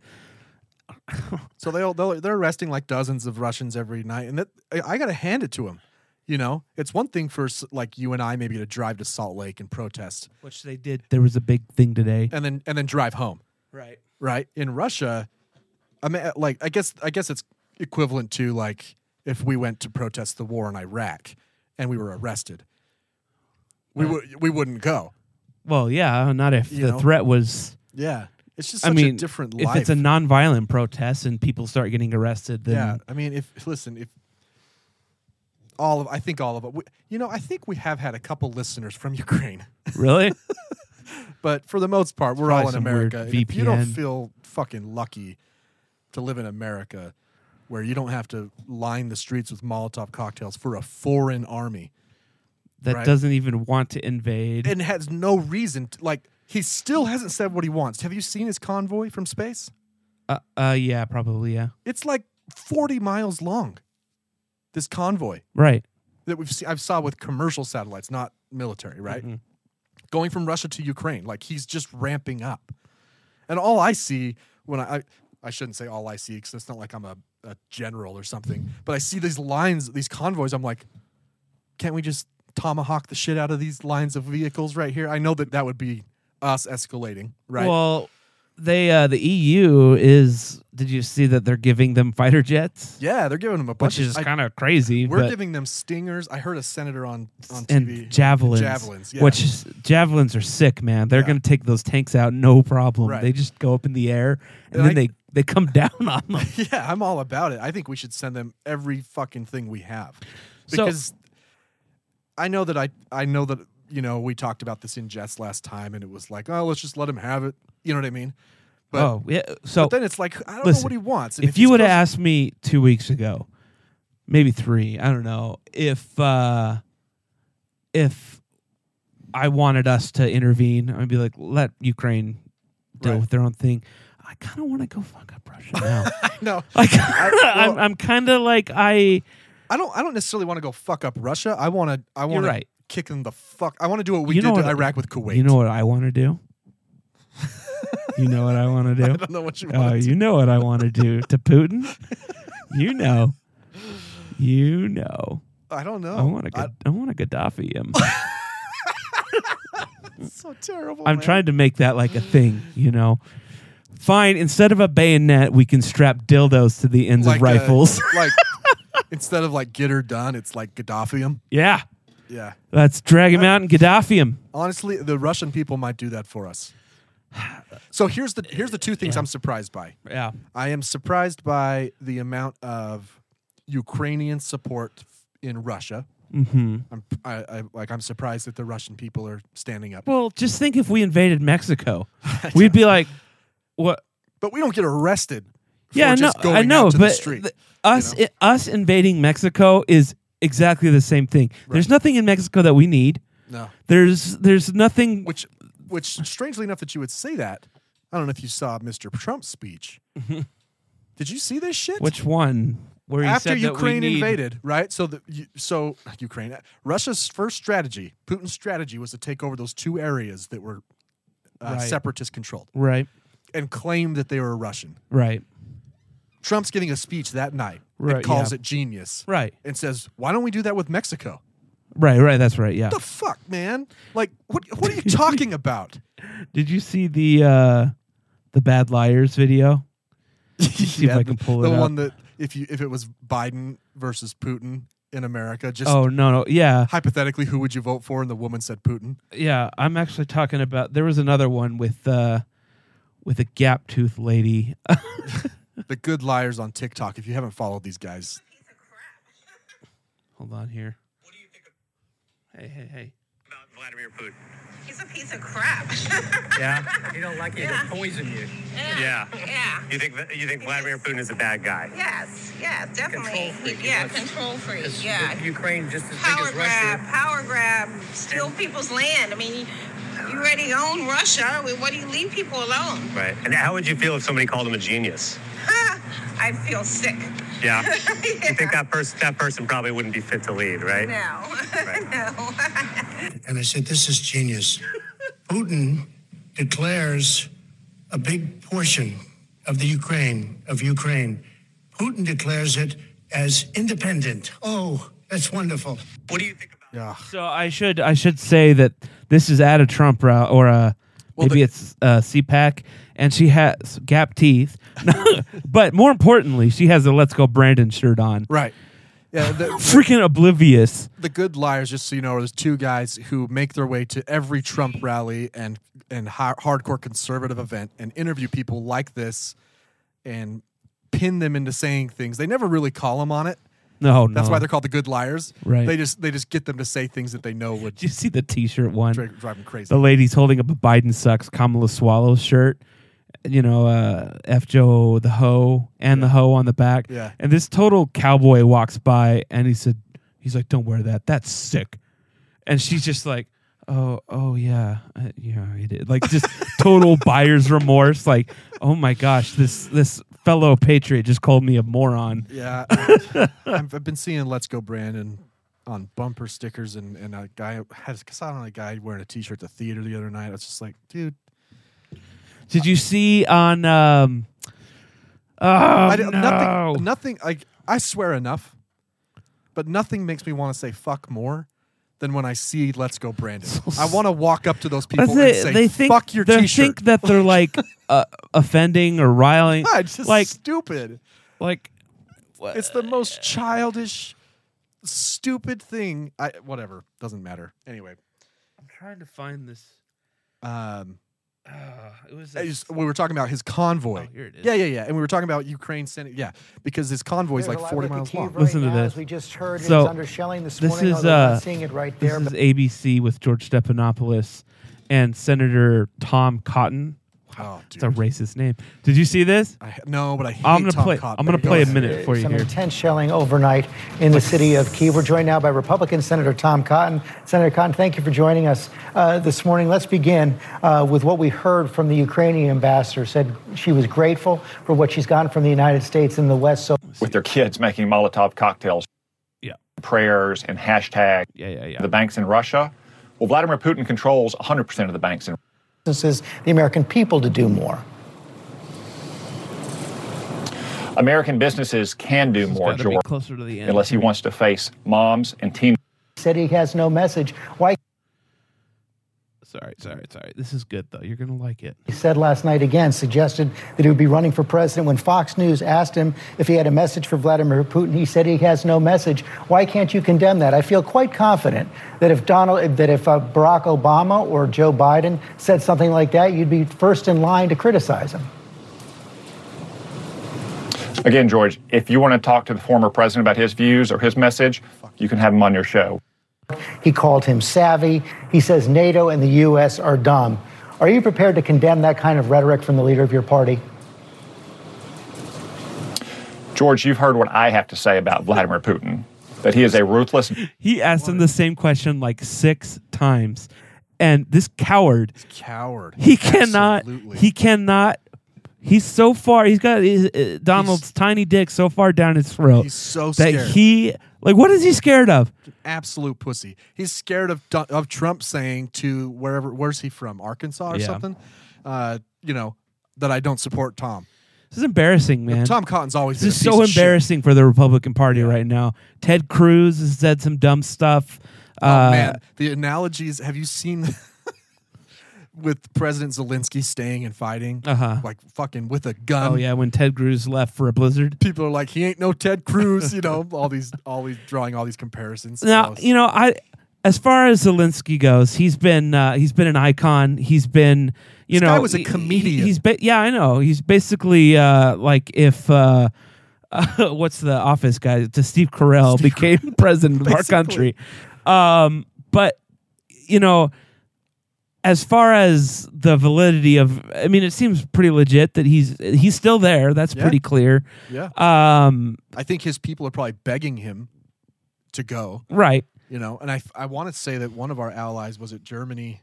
S7: So they'll, they'll they're arresting like dozens of Russians every night, and that I, I got to hand it to them. You know, it's one thing for s- like you and I maybe to drive to Salt Lake and protest,
S8: which they did. There was a big thing today.
S7: and then and then drive home,
S8: Right.
S7: right? In Russia, I mean, uh, like I guess I guess it's equivalent to like if we went to protest the war in Iraq and we were arrested, we would we wouldn't go.
S8: Well, yeah. Not if
S7: You
S8: the
S7: know?
S8: threat was.
S7: Yeah, it's just
S8: I
S7: such
S8: mean,
S7: a different
S8: if
S7: life.
S8: it's a nonviolent protest and people start getting arrested, then
S7: Yeah, I mean, if listen, if all of I think all of it, we, you know, I think we have had a couple listeners from [laughs] Ukraine, [laughs]
S8: really,
S7: but for the most part, we're
S8: Probably
S7: all in
S8: some weird
S7: America. and If you don't
S8: VPN.
S7: feel fucking lucky to live in America, where you don't have to line the streets with Molotov cocktails for a foreign army
S8: that
S7: Right.
S8: doesn't even want to invade.
S7: and has no reason, to, like he still hasn't said what he wants. Have you seen his convoy from space?
S8: uh, uh, yeah, probably, yeah.
S7: It's like forty miles long. This convoy.
S8: Right.
S7: that we've seen, I've saw with commercial satellites, not military, right?
S8: Mm-hmm.
S7: Going from Russia to Ukraine, like he's just ramping up. And all I see when I, I, I shouldn't say all I see because it's not like I'm a, a general or something, but I see these lines, these convoys. I'm like, can't we just tomahawk the shit out of these lines of vehicles right here? I know that that would be us escalating, right?
S8: Well, they uh, the EU is. Did you see that they're giving them fighter jets?
S7: yeah, they're giving them a bunch.
S8: Which is
S7: I-
S8: kind of crazy.
S7: we're
S8: but-
S7: giving them stingers. I heard a senator on on TV
S8: and javelins,
S7: javelins, yeah.
S8: which is, javelins are sick, man. They're
S7: Yeah.
S8: gonna take those tanks out, no problem.
S7: Right.
S8: They just go up in the air and,
S7: And
S8: then
S7: I-
S8: they they come [laughs] down on them.
S7: [laughs] Yeah, I'm all about it. I think we should send them every fucking thing we have.
S8: So-
S7: Because I know that I I know that you know we talked about this in Jets last time and it was like, "Oh, let's just let him have it." You know what I mean? But,
S8: oh yeah. So
S7: but then it's like, I don't know
S8: listen,
S7: what he wants. And
S8: if you
S7: he's
S8: would have
S7: supposed-
S8: asked me two weeks ago, maybe three, I don't know, if uh, if I wanted us to intervene, I'd be like, let Ukraine deal
S7: Right.
S8: with their own thing. I kind of want to go fuck up
S7: [laughs]
S8: Russia now.
S7: No.
S8: [laughs] like,
S7: well-
S8: [laughs] I'm, I'm kind of like I.
S7: I don't I don't necessarily want to go fuck up Russia. I want to I want
S8: right.
S7: to kick them the fuck. I want to do what we
S8: You
S7: did
S8: know
S7: to
S8: what-
S7: Iraq with Kuwait.
S8: You
S7: [laughs]
S8: know what I want to do? you know what I want to
S7: I
S8: do?
S7: don't know what you
S8: Oh,
S7: want.
S8: you know what I want to do to Putin?
S7: [laughs]
S8: You know. You know.
S7: Oh, I don't know.
S8: I want to I want to Gaddafi
S7: [laughs]
S8: him.
S7: That's so terrible.
S8: I'm
S7: man.
S8: trying to make that like a thing, you know. Fine, instead of a bayonet, we can strap dildos to the ends
S7: like
S8: of
S7: uh,
S8: rifles. [laughs]
S7: like instead of like get her done, it's like Gaddafium.
S8: yeah.
S7: Yeah.
S8: Let's drag him out and Gaddafi him.
S7: Honestly, the Russian people might do that for us. So here's the here's the two things I'm surprised by.
S8: Yeah.
S7: I am surprised by the amount of Ukrainian support in Russia.
S8: Mhm.
S7: I'm I, I like I'm surprised that the Russian people are standing up.
S8: Well, just think if we invaded
S7: [laughs]
S8: Mexico. We'd be like what
S7: But we don't get arrested. For
S8: Yeah, I know.
S7: just going
S8: I know,
S7: out to
S8: but
S7: the street.
S8: th- us i- us invading Mexico is exactly the same thing. There's nothing in Mexico that we need.
S7: no.
S8: There's there's nothing.
S7: Which which strangely enough that you would say that.
S8: Mm-hmm.
S7: I don't know if you saw Mr. Trump's speech. Did you see this shit?
S8: Which one? where he
S7: after
S8: said that we
S7: Ukraine
S8: need-
S7: invaded, right? So the you- so [sighs] Ukraine, uh, Russia's first strategy, Putin's strategy, was to take over those two areas that were uh,
S8: Right.
S7: separatist controlled
S8: Right.
S7: and claim that they were Russian.
S8: Right.
S7: Trump's giving a speech that night.
S8: Right,
S7: and calls
S8: yeah.
S7: it genius.
S8: Right.
S7: And says, "Why don't we do that with Mexico?"
S8: Right. Right. That's right. Yeah.
S7: What the fuck, man? Like, what
S8: [laughs]
S7: what are you talking about?
S8: Did you see the uh the Bad Liars video? see if I can pull
S7: the
S8: it up.
S7: one that if you if it was Biden versus Putin in America, just
S8: oh no no yeah
S7: hypothetically, who would you vote for? And the woman said Putin.
S8: yeah I'm actually talking about there was another one with uh with a gap tooth lady. [laughs]
S7: The good liars on TikTok. If you haven't followed these guys,
S8: Hold on here. Hey hey hey.
S13: Vladimir Putin. He's a piece of crap. [laughs]
S14: [laughs] Yeah? You don't like it,
S13: Yeah.
S14: he'll poison you.
S13: Yeah. Yeah.
S14: You think you think Vladimir Putin is a bad guy?
S13: Yes, yes, definitely.
S14: Control freak.
S13: He- yeah,
S14: He wants-
S13: control freak.
S14: It's-
S13: Yeah.
S14: Ukraine just as
S13: Power
S14: big as Russia.
S13: grab, power grab, steal people's land. I mean, you- you already own Russia. I mean, Why do you leave people alone?
S14: Right. And how would you feel if somebody called him
S13: [laughs]
S14: a genius?
S13: I feel sick.
S14: Yeah. You think that person that person probably wouldn't be fit to lead, right?
S13: No. no.
S3: And I said, This
S12: [laughs]
S3: is genius. Putin declares a big portion of the Ukraine, of Ukraine. Putin declares it as independent. Oh, that's wonderful. What do you think about
S8: So I should I should say that this is at a Trump route or a maybe it's uh, CPAC, and she has gap teeth, [laughs] but more importantly, she has a "Let's Go Brandon" shirt on.
S7: Right. Yeah, the,
S8: Freaking oblivious.
S7: the good liars, just so you know, are those two guys who make their way to every Trump rally and and hi- hardcore conservative event and interview people like this and pin them into saying things. They never really call them on it.
S8: No,
S7: That's
S8: no.
S7: why they're called the good liars.
S8: Right.
S7: They just they just get them to say things that they
S8: [laughs]
S7: know would
S8: Did you see the T-shirt one?
S7: Dri- drive 'em crazy.
S8: The lady's holding up a Biden sucks Kamala Swallow shirt. You know, uh, F Joe the hoe and the hoe on the back.
S7: Yeah.
S8: And this total cowboy walks by and he said, he's like, "Don't wear that. That's sick." And she's just like, "Oh, oh yeah, uh, yeah, I did." Like
S7: [laughs]
S8: just total buyer's remorse. Like, oh my gosh, this this fellow patriot just called me a moron.
S7: Yeah, I've, I've been seeing "Let's Go Brandon" on bumper stickers, and and a guy had I saw it on a guy wearing a T-shirt at the theater the other night. I was just like, dude,
S8: Did you see on? um Oh
S7: I
S8: no!
S7: don't- nothing, nothing. Like I swear enough, but nothing makes me want to say fuck more. Than when I see "Let's
S8: [laughs]
S7: Go Brandon," I want to walk up to those people
S8: That's
S7: and
S8: it.
S7: say,
S8: they think
S7: "Fuck your
S8: they
S7: T-shirt."
S8: think that they're
S7: [laughs]
S8: like uh, offending or riling.
S7: Ah, [laughs] it's just
S8: like
S7: stupid.
S8: Like
S7: it's
S8: Uh,
S7: the most childish, stupid thing. I whatever doesn't matter. Anyway,
S8: I'm trying to find this.
S7: um,
S8: Uh, it was
S7: I just- we were talking about his convoy.
S8: Oh, here it is.
S7: Yeah, yeah, yeah. And we were talking about Ukraine sending. Yeah, because his convoy is like
S10: There's a lot
S7: 40
S10: we could
S7: miles
S10: keep
S7: long.
S10: right Listen to now, this. as we just heard, it was under shelling this morning,
S8: This is,
S10: although we're not
S8: uh,
S10: seeing it right there,
S8: This
S10: but-
S8: is ABC with George Stephanopoulos and Senator Tom Cotton.
S7: Wow,
S8: it's a racist name. Did you see this?
S7: Oh, I, no, but I hate
S8: am gonna
S7: Tom
S8: play.
S7: Cotton.
S8: I'm gonna play a minute for you
S10: Some
S8: here.
S10: intense shelling overnight in the city of Kiev. We're joined now by Republican Senator Tom Cotton. Senator Cotton, thank you for joining us uh, this morning. Let's begin uh, with what we heard from the Ukrainian ambassador. Said she was grateful for what she's gotten from the United States and the West. So
S15: with their kids making Molotov cocktails,
S8: yeah,
S15: prayers and hashtag
S8: yeah, yeah, yeah.
S15: the banks in Russia. Well, Vladimir Putin controls 100% of the banks in
S10: businesses, the American people, to do more.
S15: American businesses can do more,
S10: gotta be
S15: George,
S8: closer to the end.
S15: unless he wants to face moms and teen.
S10: Said he has no message. Why?
S8: Sorry, sorry, sorry. This is good though. You're gonna like it.
S10: He said last night again, suggested that he would be running for president. When Fox News asked him if he had a message for Vladimir Putin, he said he has no message. Why can't you condemn that? I feel quite confident that if Donald, that if uh, Barack Obama or Joe Biden said something like that, you'd be first in line to criticize him.
S15: Again, George, if you want to talk to the former president about his views or his message, you can have him on your show.
S10: He called him savvy. He says NATO and the U.S. are dumb. Are you prepared to condemn that kind of rhetoric from the leader of your party?
S15: George, you've heard what I have to say about Vladimir Putin that he is a ruthless
S8: He asked him the same question like six times, and this coward,
S7: coward,
S8: he cannot,
S7: Absolutely.
S8: he cannot, He's so far. He's got his, uh, Donald's tiny dick so far down his throat.
S7: He's so
S8: that
S7: scared.
S8: he like. What is he scared of?
S7: absolute pussy. He's scared of Do- of Trump saying to wherever where's he from Arkansas or
S8: Yeah.
S7: something, uh, you know that I don't support Tom.
S8: This is embarrassing, man.
S7: Tom Cotton's always been
S8: This is
S7: a piece
S8: so
S7: of shit.
S8: embarrassing for the Republican Party right now. Ted Cruz has said some dumb stuff.
S7: Oh
S8: uh,
S7: man, the analogies. Have you seen [laughs] with President Zelensky staying and fighting,
S8: Uh-huh.
S7: like fucking with a gun?
S8: Oh yeah, when Ted Cruz left for a blizzard.
S7: People are like, he ain't no Ted Cruz, you know. All these, all these drawing all these comparisons.
S8: Now you know I, as far as Zelensky goes, he's been uh, he's been an icon. He's been you
S7: This
S8: know
S7: guy was a
S8: he-
S7: comedian.
S8: he's ba- yeah, I know. He's basically uh, like if uh, [laughs] what's the Office guy? To Steve Carell became president
S7: [laughs]
S8: of our
S7: Basically.
S8: country. Um, but you know, as far as the validity of, I mean, it seems pretty legit that he's he's still there. That's
S7: Yeah.
S8: pretty clear.
S7: Yeah.
S8: Um,
S7: I think his people are probably begging him to go.
S8: Right.
S7: You know, and I I want to say that one of our allies was it Germany.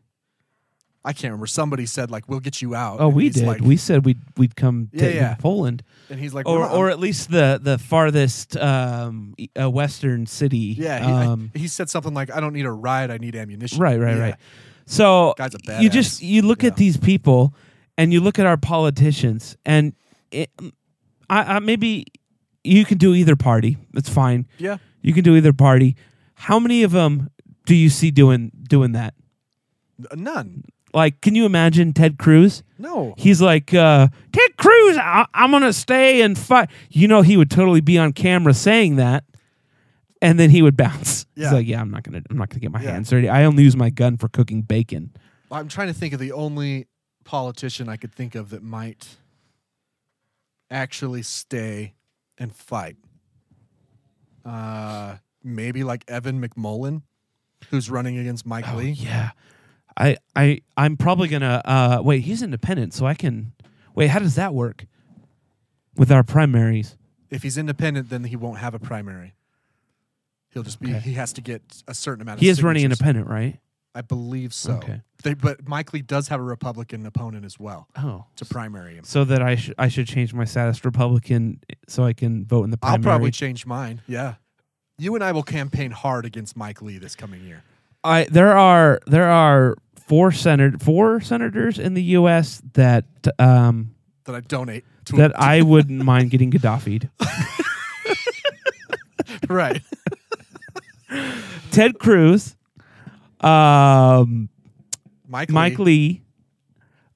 S7: I can't remember. Somebody said like, "We'll get you out."
S8: Oh,
S7: And
S8: we
S7: he's
S8: did.
S7: like-
S8: we said we'd we'd come
S7: Yeah,
S8: to
S7: yeah.
S8: Poland,
S7: And he's like,
S8: or
S7: "We're not-
S8: or at least the the farthest um, e- uh, western city.
S7: yeah. He, I-
S8: um,
S7: he said something like, "I don't need a ride. I need ammunition."
S8: right, right,
S7: Yeah.
S8: right. So
S7: Guy's a
S8: you
S7: badass.
S8: just you look at these people, and you look at our politicians, and it, mm, I, I maybe you can do either party. That's fine.
S7: Yeah.
S8: you can do either party. How many of them do you see doing doing that?
S7: N- None.
S8: Like, can you imagine Ted Cruz?
S7: No.
S8: He's like, uh, Ted Cruz, I- I'm going to stay and fight. You know, he would totally be on camera saying that. And then he would [laughs] bounce.
S7: Yeah.
S8: He's like, yeah, I'm not going to, I'm not going to get my hands dirty. I only use my gun for cooking bacon.
S7: I'm trying to think of the only politician I could think of that might actually stay and fight. Uh, maybe like Evan McMullen, who's running against Mike Lee.
S8: Oh, Yeah. I, I, I'm probably going to, uh, wait, he's independent. So I can, wait, how does that work with our primaries?
S7: If he's independent, then he won't have a primary. He'll just be. He has to get a certain amount.
S8: He
S7: of
S8: is running
S7: signatures.
S8: independent, right?
S7: I believe so.
S8: Okay.
S7: They, but Mike Lee does have a Republican opponent as well.
S8: Oh.
S7: to primary him.
S8: So that I should, I should change my status Republican so I can vote in the primary.
S7: I'll probably change mine. Yeah. You and I will campaign hard against Mike Lee this coming year.
S8: I there are there are four senat four senators in the U.S. that um
S7: That I donate to
S8: that I wouldn't mind getting Gaddafi'd.
S7: [laughs] right.
S8: Ted Cruz, um,
S7: Mike
S8: Mike
S7: Lee.
S8: Lee,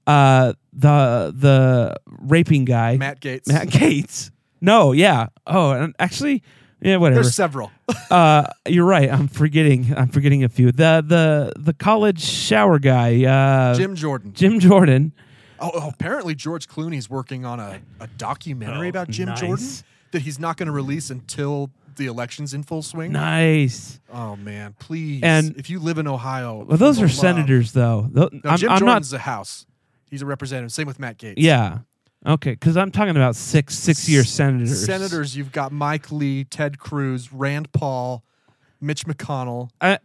S8: uh, the the raping guy,
S7: Matt Gaetz.
S8: Matt Gates. No, yeah. Oh, and actually, yeah, whatever.
S7: There's several.
S8: uh, you're right. I'm forgetting. I'm forgetting a few. The the the college shower guy, uh,
S7: [laughs] Jim Jordan.
S8: Jim Jordan.
S7: Oh, oh, apparently George Clooney's working on a, a documentary
S8: Oh,
S7: about Jim
S8: nice.
S7: Jordan that he's not going to release until the election's in full swing.
S8: Nice.
S7: Oh man, please.
S8: And-
S7: if you live in Ohio,
S8: Well, those
S7: for
S8: are
S7: the love-
S8: senators, though. Tho-
S7: No,
S8: I'm,
S7: Jim
S8: I'm not.
S7: Jordan's a house. He's a representative. Same with Matt Gates.
S8: Yeah. Okay, because I'm talking about six six-year senators.
S7: Senators, you've got Mike Lee, Ted Cruz, Rand Paul, Mitch McConnell.
S8: I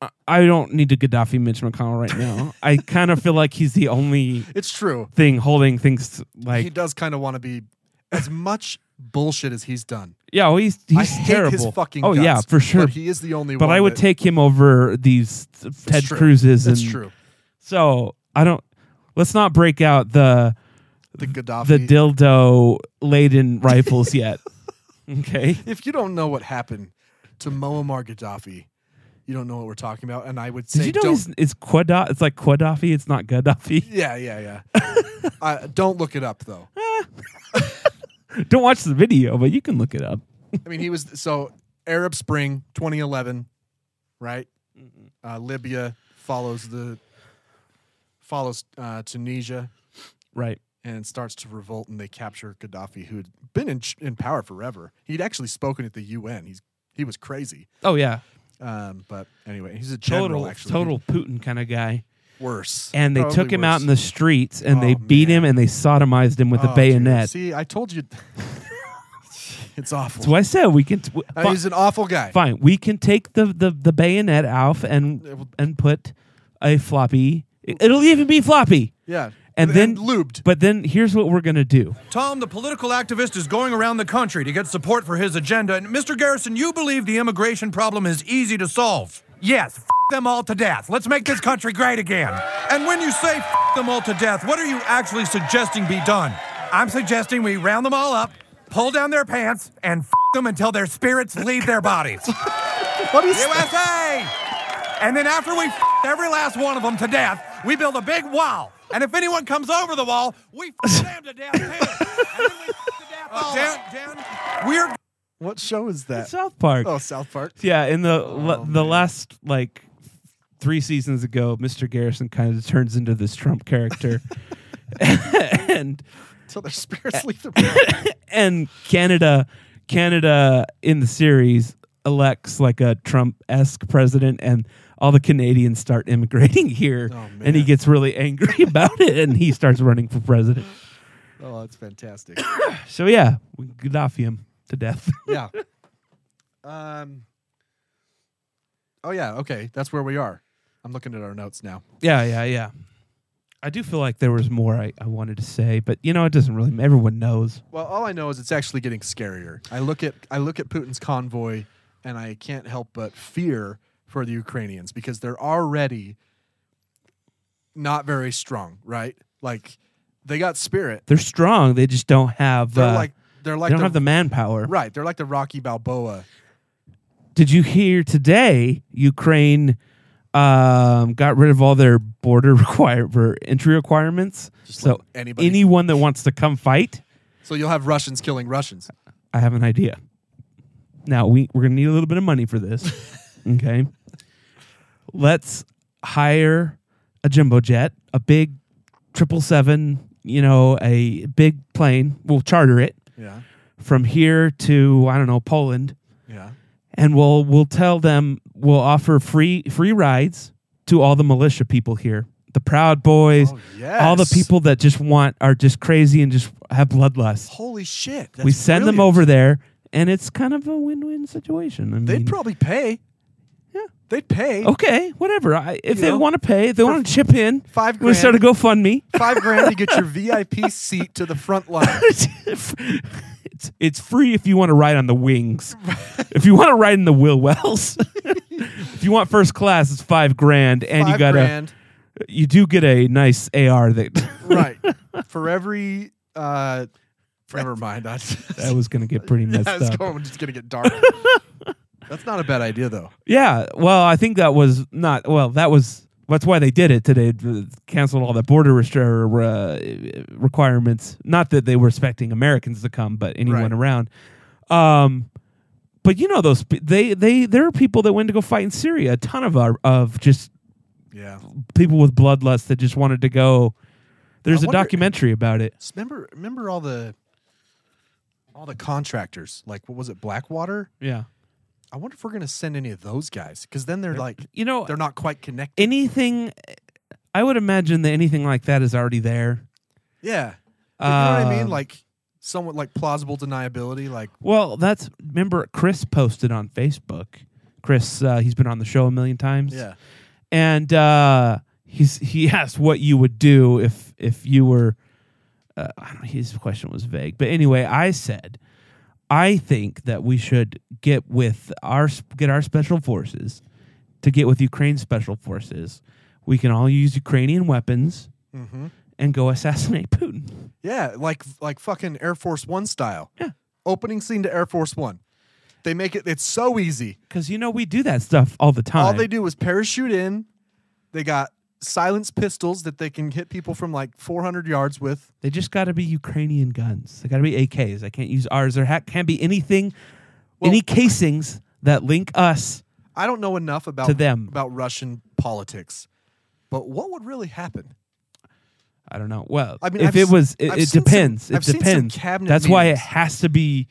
S8: I- I don't need to Gaddafi Mitch McConnell right now. I kind of feel like he's the only
S7: It's true.
S8: thing holding things like
S7: he does kind of want to be as much bullshit as he's done.
S8: yeah. Well, he's
S7: I
S8: he's
S7: hate
S8: terrible.
S7: his fucking
S8: oh yeah,
S7: guts,
S8: for sure.
S7: but he is the only
S8: But
S7: one
S8: I would
S7: that-
S8: take him over these Ted
S7: true.
S8: Cruzes.
S7: That's
S8: and,
S7: true.
S8: So I don't. Let's not break out the
S7: The Gaddafi.
S8: the dildo laden rifles yet. [laughs] Okay.
S7: If you don't know what happened to Muammar Gaddafi, you don't know what we're talking about. And I would
S8: Did
S7: say,
S8: you know
S7: don't.
S8: it's, it's Quadda? It's like Quaddafi. It's not [laughs] Gaddafi.
S7: yeah, yeah, yeah. [laughs] uh, don't look it up though.
S8: Don't watch the video, but you can look it up.
S7: I mean, he was so Arab Spring 2011, right?
S8: Mm-hmm.
S7: Uh, Libya follows the follows uh, Tunisia,
S8: Right.
S7: and starts to revolt, and they capture Gaddafi, who had been in, in power forever. He'd actually spoken at the UN. He's he was crazy.
S8: Oh yeah.
S7: Um, but anyway, he's a general.
S8: Total
S7: actually,
S8: total Putin kind of guy.
S7: worse.
S8: And they
S7: Probably
S8: took him out
S7: worse.
S8: in the streets and they beat him and they sodomized him with
S7: Oh,
S8: a
S7: dude.
S8: bayonet.
S7: See, I
S8: [laughs]
S7: told you. it's awful.
S8: That's what I said. We can. T- w-
S7: Uh,
S8: fi-
S7: he's an awful guy.
S8: Fine. We can take the the, the bayonet off and and put a floppy. It'll even be floppy.
S7: Yeah.
S8: and then lubed. But then here's what we're gonna do.
S16: Tom, the political activist, is going around the country to get support for his agenda. And Mr. Garrison, you believe the immigration problem is easy to solve. Yes, f- them all to death. Let's make this country great again. And when you say f- them all to death, what are you actually suggesting be done? I'm suggesting we round them all up, pull down their pants, and f- them until their spirits leave their bodies.
S7: what is
S16: USA? And then after we f- every last one of them to death, we build a big wall. And if anyone comes over the wall, we f- them to death too. And then we f- to death Oh, all. down, down. We're
S7: What show is that?
S8: South Park.
S7: Oh, South Park.
S8: Yeah, in the la- the last like three seasons ago, Mr. Garrison kind of turns into this Trump character, [laughs] and
S7: Until their spirits leave their
S8: and Canada Canada in the series elects like a Trump esque president, and all the Canadians start immigrating here, and he gets really angry [laughs] about it, and he starts running for president.
S7: Oh, that's fantastic.
S8: So yeah, we Gaddafi him to death. [laughs]
S7: yeah. Um. Oh yeah. Okay, that's where we are. I'm looking at our notes now.
S8: Yeah, yeah, yeah. I do feel like there was more I, I wanted to say, but you know, it doesn't really. Everyone knows.
S7: Well, all I know is it's actually getting scarier. I look at I look at Putin's convoy, and I can't help but fear for the Ukrainians because they're already not very strong, right? Like they got spirit.
S8: They're strong. They just don't have.
S7: They're
S8: uh,
S7: like they're like
S8: they don't have the manpower.
S7: Right. They're like the Rocky Balboa.
S8: Did you hear today? Ukraine um, got rid of all their border [laughs] require or entry requirements. so
S7: anybody-
S8: anyone that wants to come fight,
S7: So you'll have Russians killing Russians.
S8: I have an idea. Now we we're gonna need a little bit of money for
S7: [laughs]
S8: this. okay, let's hire a jumbo jet, a big triple seven, you know, a big plane. We'll charter it.
S7: Yeah.
S8: From here to I don't know Poland.
S7: Yeah.
S8: And we'll we'll tell them we'll offer free free rides to all the militia people here, the Proud Boys, all the
S7: Oh, yes.
S8: people that just want are just crazy and just have bloodlust
S7: Holy shit.
S8: we
S7: Oh, that's
S8: send them
S7: brilliant.
S8: over there, and it's kind of a win-win situation. I mean,
S7: They'd probably pay. Yeah. They'd pay.
S8: okay, whatever. I, if
S7: You
S8: they
S7: know,
S8: want to pay, they want to chip in.
S7: Five
S8: We
S7: grand.
S8: start a GoFundMe. [laughs]
S7: Five grand to get your VIP seat to the front line.
S8: It's, it's free if you want to ride on the wings. if you want to ride in the Will Wells, [laughs] if you want first class, it's five grand, and you
S7: Five
S8: got
S7: grand.
S8: a. You do get a nice AR that [laughs]
S7: right. For every uh never mind. I, [laughs]
S8: that was going to get pretty messed
S7: yeah, it's
S8: up.
S7: going, it's gonna
S8: [laughs]
S7: get dark. That's not a bad idea though.
S8: Yeah. Well, I think that was not. Well, that was. That's why they did it today. th- Canceled all the border restra- uh, requirements. Not that they were expecting Americans to come, but anyone
S7: Right.
S8: around. Um, but you know those pe- they they there are people that went to go fight in Syria. A ton of our, of just
S7: Yeah.
S8: people with bloodlust that just wanted to go. There's
S7: I
S8: a
S7: wonder-
S8: documentary about it.
S7: Just remember remember all the all the contractors. Like what was it, Blackwater?
S8: Yeah.
S7: I wonder if we're gonna send any of those guys because then they're, like
S8: you know
S7: they're not quite connected.
S8: Anything, I would imagine that anything like that is already there.
S7: Yeah, you know what I mean.
S8: Um,
S7: Like somewhat like plausible deniability. Like
S8: Well, that's remember Chris posted on Facebook. Chris, uh, he's been on the show a million times.
S7: Yeah.
S8: and uh, he's he [laughs] asked what you would do if if you were. Uh, I don't. His question was vague, but anyway, I said, I think that we should get with our get our special forces to get with Ukraine's special forces. We can all use Ukrainian weapons
S7: Mhm.
S8: and go assassinate [laughs] Putin.
S7: yeah, like like fucking Air Force One style. Yeah. Opening scene to Air Force One. They make it. It's so easy.
S8: Because you know we do that stuff all the time.
S7: All they do is parachute in. They got silence pistols that they can hit people from like 400 yards with.
S8: They just got to be Ukrainian guns. They got to be AKs. I can't use ours. There ha- can't be anything, any casings that link us.
S7: I don't know enough about
S8: To them.
S7: about Russian politics, but what would really happen?
S8: I don't know. Well,
S7: I mean,
S8: if
S7: I've
S8: it
S7: s-
S8: was, it,
S7: I've
S8: it
S7: seen some-
S8: depends. it
S7: I've seen some
S8: depends.
S7: cabinet
S8: That's why it
S7: meetings.
S8: has to be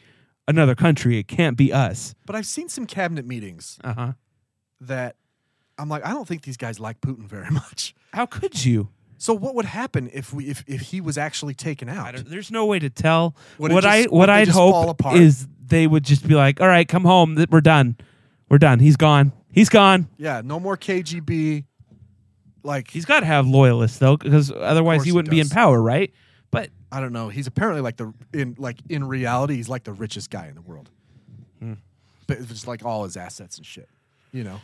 S8: another country. It can't be us.
S7: But I've seen some cabinet meetings
S8: Uh huh.
S7: that I'm like, I don't think these guys like Putin very [laughs] much.
S8: How could you?
S7: So what would happen if we if, if he was actually taken out?
S8: There's no way to tell.
S7: Would it
S8: what
S7: just-
S8: I
S7: would
S8: what
S7: they
S8: I'd
S7: just fall
S8: hope
S7: apart?
S8: is they would just be like, "All right, come home. Th- We're done. We're done. He's gone. He's gone."
S7: yeah, no more KGB. like
S8: he's got to have loyalists though, because otherwise he wouldn't be in power, right? But
S7: I don't know. He's apparently like the in like in reality, he's like the richest guy in the world.
S8: Hmm.
S7: But it's just, like all his assets and shit, you know.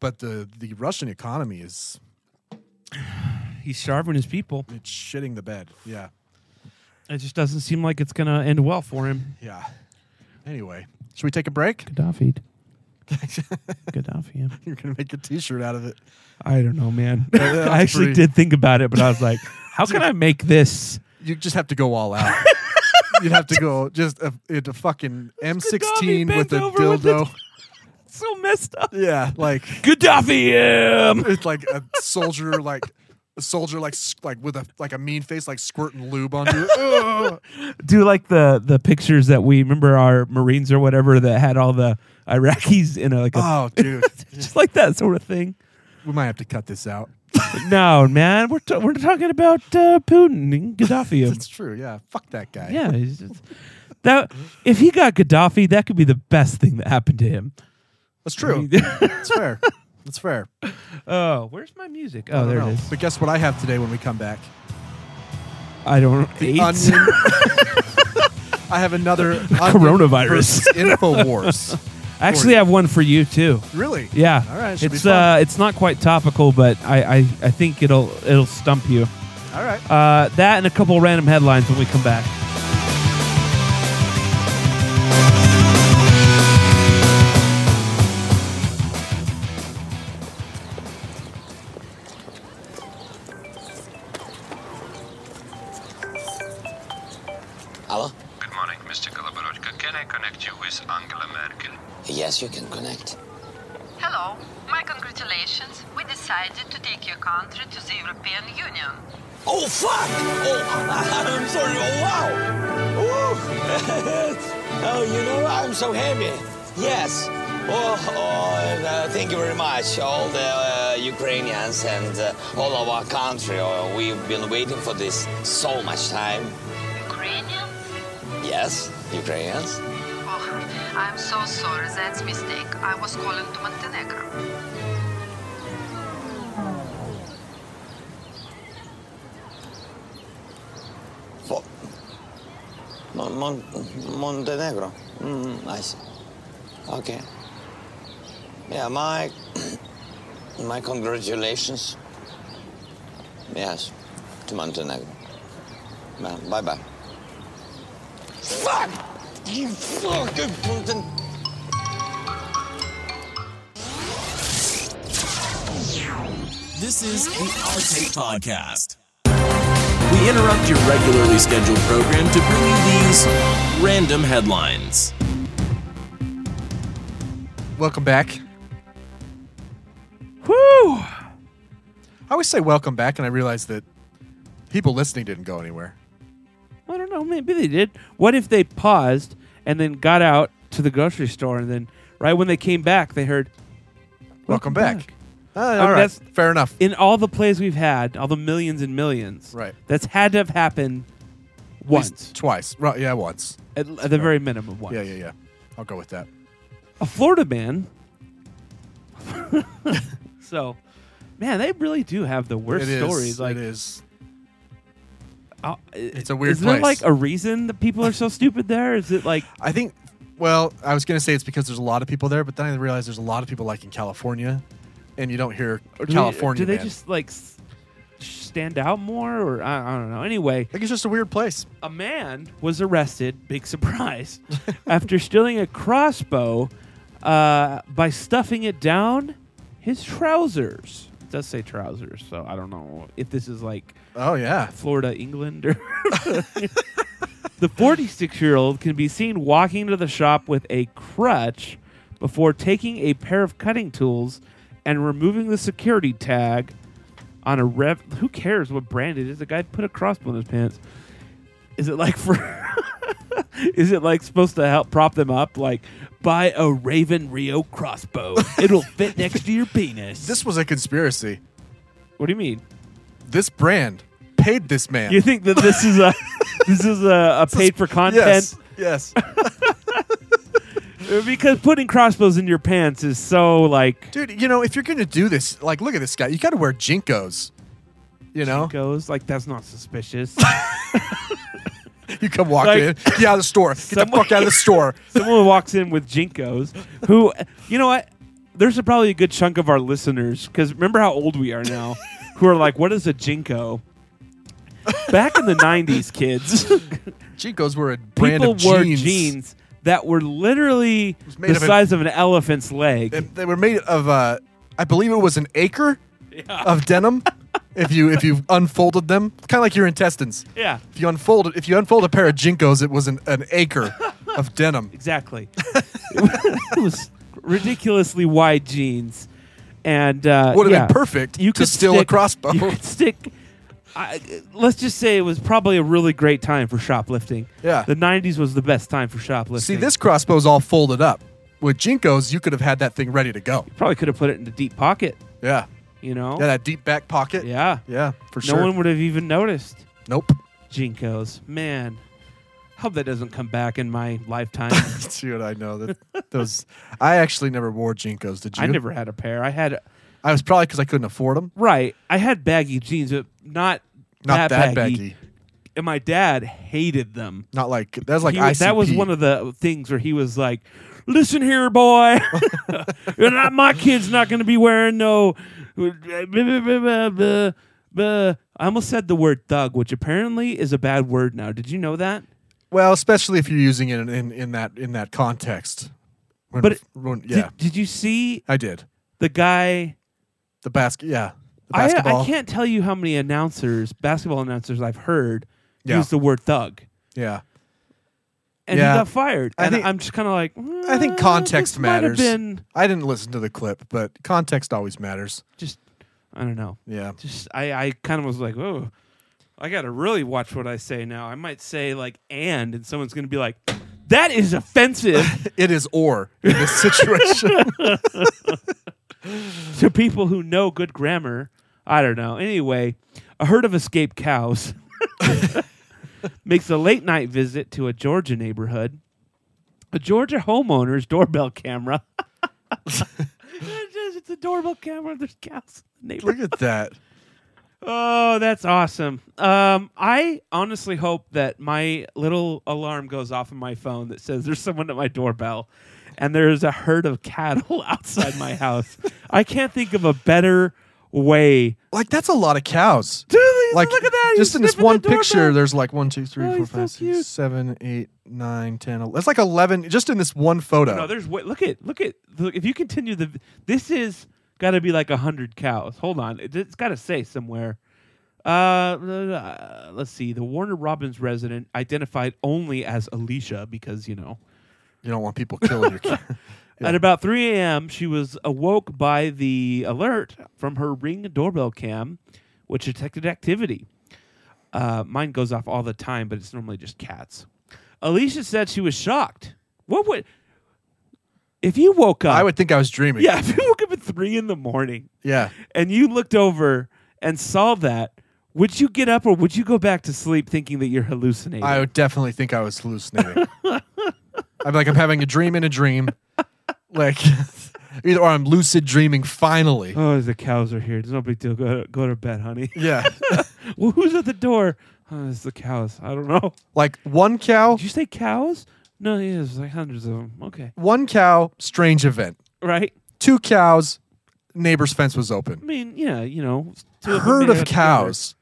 S7: But the the Russian economy is
S8: he's starving his people.
S7: It's shitting the bed. Yeah,
S8: It just doesn't seem like it's gonna end well for him.
S7: yeah. Anyway, should we take a break? [laughs]
S8: Gaddafi. [laughs] Gaddafi. yeah.
S7: You're gonna make a T-shirt out of it.
S8: I don't know, man.
S7: Yeah, that's
S8: [laughs] I actually
S7: pretty-
S8: did think about it, but I was like, how can I make this?
S7: You just have to go all
S8: [laughs]
S7: out. You'd have to go just a, it a fucking M16 with
S8: bent
S7: a
S8: over with
S7: dildo.
S8: so messed up.
S7: Yeah, like
S8: Gaddafi him.
S7: It's like a soldier, like a soldier, like s- like with a like a mean face, like squirting lube onto you.
S8: [laughs]
S7: Ugh.
S8: do like the the pictures that we remember our Marines or whatever that had all the Iraqis in a like a,
S7: Oh, dude,
S8: just like that sort of thing.
S7: we might have to cut this out.
S8: no, man, we're ta- we're talking about uh, Putin and Gaddafi. him.
S7: That's true. Yeah, fuck that guy.
S8: yeah, he's just- that if he got Gaddafi, that could be the best thing that happened to him. [laughs]
S7: that's true. That's fair. That's fair.
S8: Oh, where's my music?
S7: I
S8: Oh,
S7: don't
S8: there
S7: know.
S8: it is.
S7: But guess what I have today when we come back?
S8: I [laughs] don't.
S7: The
S8: AIDS?
S7: onion. I have another onion
S8: Coronavirus.
S7: versus Infowars.
S8: I actually have one for you too.
S7: Really?
S8: Yeah.
S7: All right, should be
S8: It's
S7: fun.
S8: uh, it's not quite topical, but I, I, I think it'll it'll stump you.
S7: All right.
S8: Uh, that and a couple random headlines when we come back.
S17: Hello?
S18: Good morning, Mr. Kolaborotko. Can I connect you with Angela Merkel?
S17: Yes, you can connect.
S4: Hello. My congratulations. We decided to take your country to the European Union.
S17: Oh, fuck! Oh, I'm sorry. Oh, wow! Ooh. [laughs] oh, you know, I'm so happy. Yes. Oh, oh and, uh, thank you very much, all the uh, Ukrainians and uh, all of our country. Oh, we've been waiting for this so much time.
S4: Ukrainians?
S17: Yes, Ukrainians.
S4: Oh, I'm so sorry. That's mistake. I was calling to Montenegro.
S17: Fo- Mon- Mon- Montenegro. Mm, I see. Okay. Yeah, my my congratulations. Yes, to Montenegro. Bye bye. Fuck! You fucking Monten-
S5: This is the Our Take Podcast. We interrupt your regularly scheduled program to bring you these random headlines.
S7: Welcome back.
S8: Woo! I
S7: always say welcome back, and I realize that people listening didn't go anywhere.
S8: I don't know. Maybe they did. What if they paused and then got out to the grocery store and then right when they came back they heard
S7: Welcome back. Uh,
S8: I
S7: all
S8: mean,
S7: right.
S8: that's-
S7: fair enough.
S8: In all the plays we've had, all the millions and millions,
S7: Right.
S8: That's had to have happened
S7: At least
S8: once,
S7: twice. Right, yeah, once.
S8: at, at the very minimum once.
S7: Yeah, yeah, yeah. I'll go with that.
S8: A Florida man. [laughs] so, man, they really do have the worst
S7: It is,
S8: stories. Like
S7: it is.
S8: it's
S7: a weird
S8: Is there
S7: place.
S8: like a reason that people
S7: [laughs]
S8: are so stupid there? Is it like
S7: I think. Well, I was gonna say it's because there's a lot of people there, but then I realized there's a lot of people like in California, and you don't hear
S8: or do they-
S7: California.
S8: Do they
S7: man.
S8: just like s- stand out more, or I, I don't know? Anyway,
S7: I think it's just a weird place.
S8: A man was arrested. Big surprise after stealing a crossbow uh, by stuffing it down his trousers. It does say trousers, so I don't know if this is like
S7: oh yeah,
S8: Florida, England, or [laughs] the 46 year old can be seen walking to the shop with a crutch before taking a pair of cutting tools and removing the security tag on a rev. Who cares what brand it is? The guy put a crossbow in his pants. Is it like for. [laughs] is it like supposed to help prop them up? Like, buy a Raven Rio crossbow. It'll fit next to your penis.
S7: This was a conspiracy.
S8: What do you mean?
S7: This brand paid this man.
S8: You think that this is a. This is a, a paid for content
S7: Yes. Yes.
S8: because putting crossbows in your pants is so like
S7: Dude, you know, if you're going to do this, like, look at this guy. You got to wear Jinkos. You know?
S8: Jinkos? Like, that's not suspicious. [laughs]
S7: you come walk
S8: Like-
S7: in. Get out of the store. Get the
S8: Someone-
S7: fuck out of the
S8: [laughs]
S7: store.
S8: Someone walks in with jinkos. Who, you know what? There's a, probably a good chunk of our listeners because remember how old we are now, who are like, "What is a jinko?" Back in the [laughs] '90s, kids,
S7: Jinkos were a brand
S8: people
S7: of
S8: wore
S7: jeans.
S8: jeans that were literally
S7: made
S8: the
S7: of an-
S8: size of an elephant's leg.
S7: And They were made of, uh, I believe it was an acre of denim. if you
S8: [laughs]
S7: if you unfolded them, kind of like your intestines.
S8: Yeah.
S7: If you unfolded, if you unfold a pair of jinkos, it was an, an
S8: [laughs]
S7: acre of denim. [laughs]
S8: Exactly. [laughs] it was ridiculously wide jeans, and uh,
S7: Would have
S8: yeah.
S7: been perfect
S8: You
S7: you
S8: could
S7: could steal a
S8: stick-
S7: crossbow.
S8: you could stick. I, let's just say it was probably a really great time for shoplifting.
S7: Yeah.
S8: the '90s was the best time for shoplifting.
S7: [laughs] See, this crossbow's all folded up. With jinkos, you could have had that thing ready to go.
S8: probably could have put it in the deep pocket.
S7: Yeah.
S8: You know,
S7: Yeah, that deep back pocket.
S8: Yeah.
S7: Yeah, for
S8: no
S7: sure.
S8: one would have even noticed.
S7: Nope.
S8: Jinkos, man. Hope that doesn't come back in my
S7: [laughs]
S8: lifetime.
S7: Dude, I know that those. I actually never wore jinkos. Did you?
S8: I never had a pair. I had
S7: I was probably because I couldn't afford them.
S8: Right. I had baggy jeans, but not
S7: Not
S8: that,
S7: that
S8: baggy.
S7: baggy.
S8: And my dad hated them.
S7: Not like that was like
S8: He was- that was
S7: ICP.
S8: one of the things where he was like, "Listen here, boy,
S7: [laughs]
S8: You're not- my kid's not going to be wearing no." blah, blah, blah, blah, blah, blah." I almost said the word thug, which apparently is a bad word now. Did you know that?
S7: Well, especially if you're using it in, in, in that in that context. When-
S8: But it-
S7: when-
S8: did-
S7: yeah,
S8: Did, you see
S7: I did.
S8: the guy?
S7: The basket, yeah, the
S8: I,
S7: basketball.
S8: I can't tell you how many announcers, basketball announcers, I've heard
S7: Yeah.
S8: use the word thug.
S7: Yeah,
S8: and
S7: Yeah.
S8: he got fired.
S7: I
S8: And
S7: think-
S8: I'm just kind of like,
S7: I think
S8: "Uh,
S7: context
S8: this might have
S7: matters.
S8: been
S7: I didn't listen to the clip, but context always matters.
S8: just, I don't know.
S7: Yeah,
S8: Just I, I kind of was like, oh, I got to really watch what I say now. I might say like and, and someone's going to be like, that is
S7: [laughs]
S8: offensive
S7: it is or
S8: [laughs]
S7: in this situation.
S8: to people who know good grammar. I don't know. Anyway, a herd of escaped cows makes a late night visit to a Georgia neighborhood. A Georgia homeowner's doorbell camera. It's just- it's a doorbell camera. There's cows in the neighborhood.
S7: Look at that.
S8: Oh, that's awesome. Um, I honestly hope that my little alarm goes off on my phone that says there's someone at my doorbell and there's a herd of cattle [laughs] outside my house. I can't think of a better way.
S7: Like that's a lot of cows.
S8: [laughs] Dude, he's-
S7: like
S8: look at that.
S7: just
S8: He's
S7: in this
S8: sniffing the
S7: one
S8: doorbell.
S7: picture there's like one two three
S8: Oh,
S7: four
S8: he's so
S7: five six
S8: cute.
S7: seven eight nine ten ele- that's like 11 just in this one photo
S8: No, there's wa- look at look at look, if you continue the this is got to be like a hundred cows. Hold on, it, has got to say somewhere. Uh, blah, blah, blah. let's see. The Warner Robins resident identified only as Alicia because you know.
S7: you don't want people
S8: [laughs]
S7: killing your cow
S8: At about 3 a.m., she was awoke by the alert from her ring doorbell cam, which detected activity. Uh, mine goes off all the time, but it's normally just cats. Alicia said she was shocked. What would. If you woke up.
S7: [laughs] i would think i was dreaming
S8: [laughs] Yeah, if you woke up at 3 in the morning
S7: [laughs] yeah
S8: and you looked over and saw that, would you get up or would you go back to sleep thinking that you're hallucinating?
S7: i would definitely think i was
S8: [laughs]
S7: hallucinating i'm like i'm having a dream in a dream like [laughs] either or i'm lucid
S8: [laughs]
S7: dreaming finally
S8: oh, the cows are here. It's no big deal. Go, go to bed, honey.
S7: yeah [laughs]
S8: well, who's at the door? Oh, it's the cows. I don't know.
S7: like one cow
S8: Did you say cows? No, yeah, there's like hundreds of them. Okay.
S7: one cow strange event
S8: Right?
S7: two cows neighbor's fence was open
S8: I mean, yeah, you know. two them
S7: herd
S8: may
S7: of
S8: have-
S7: cows.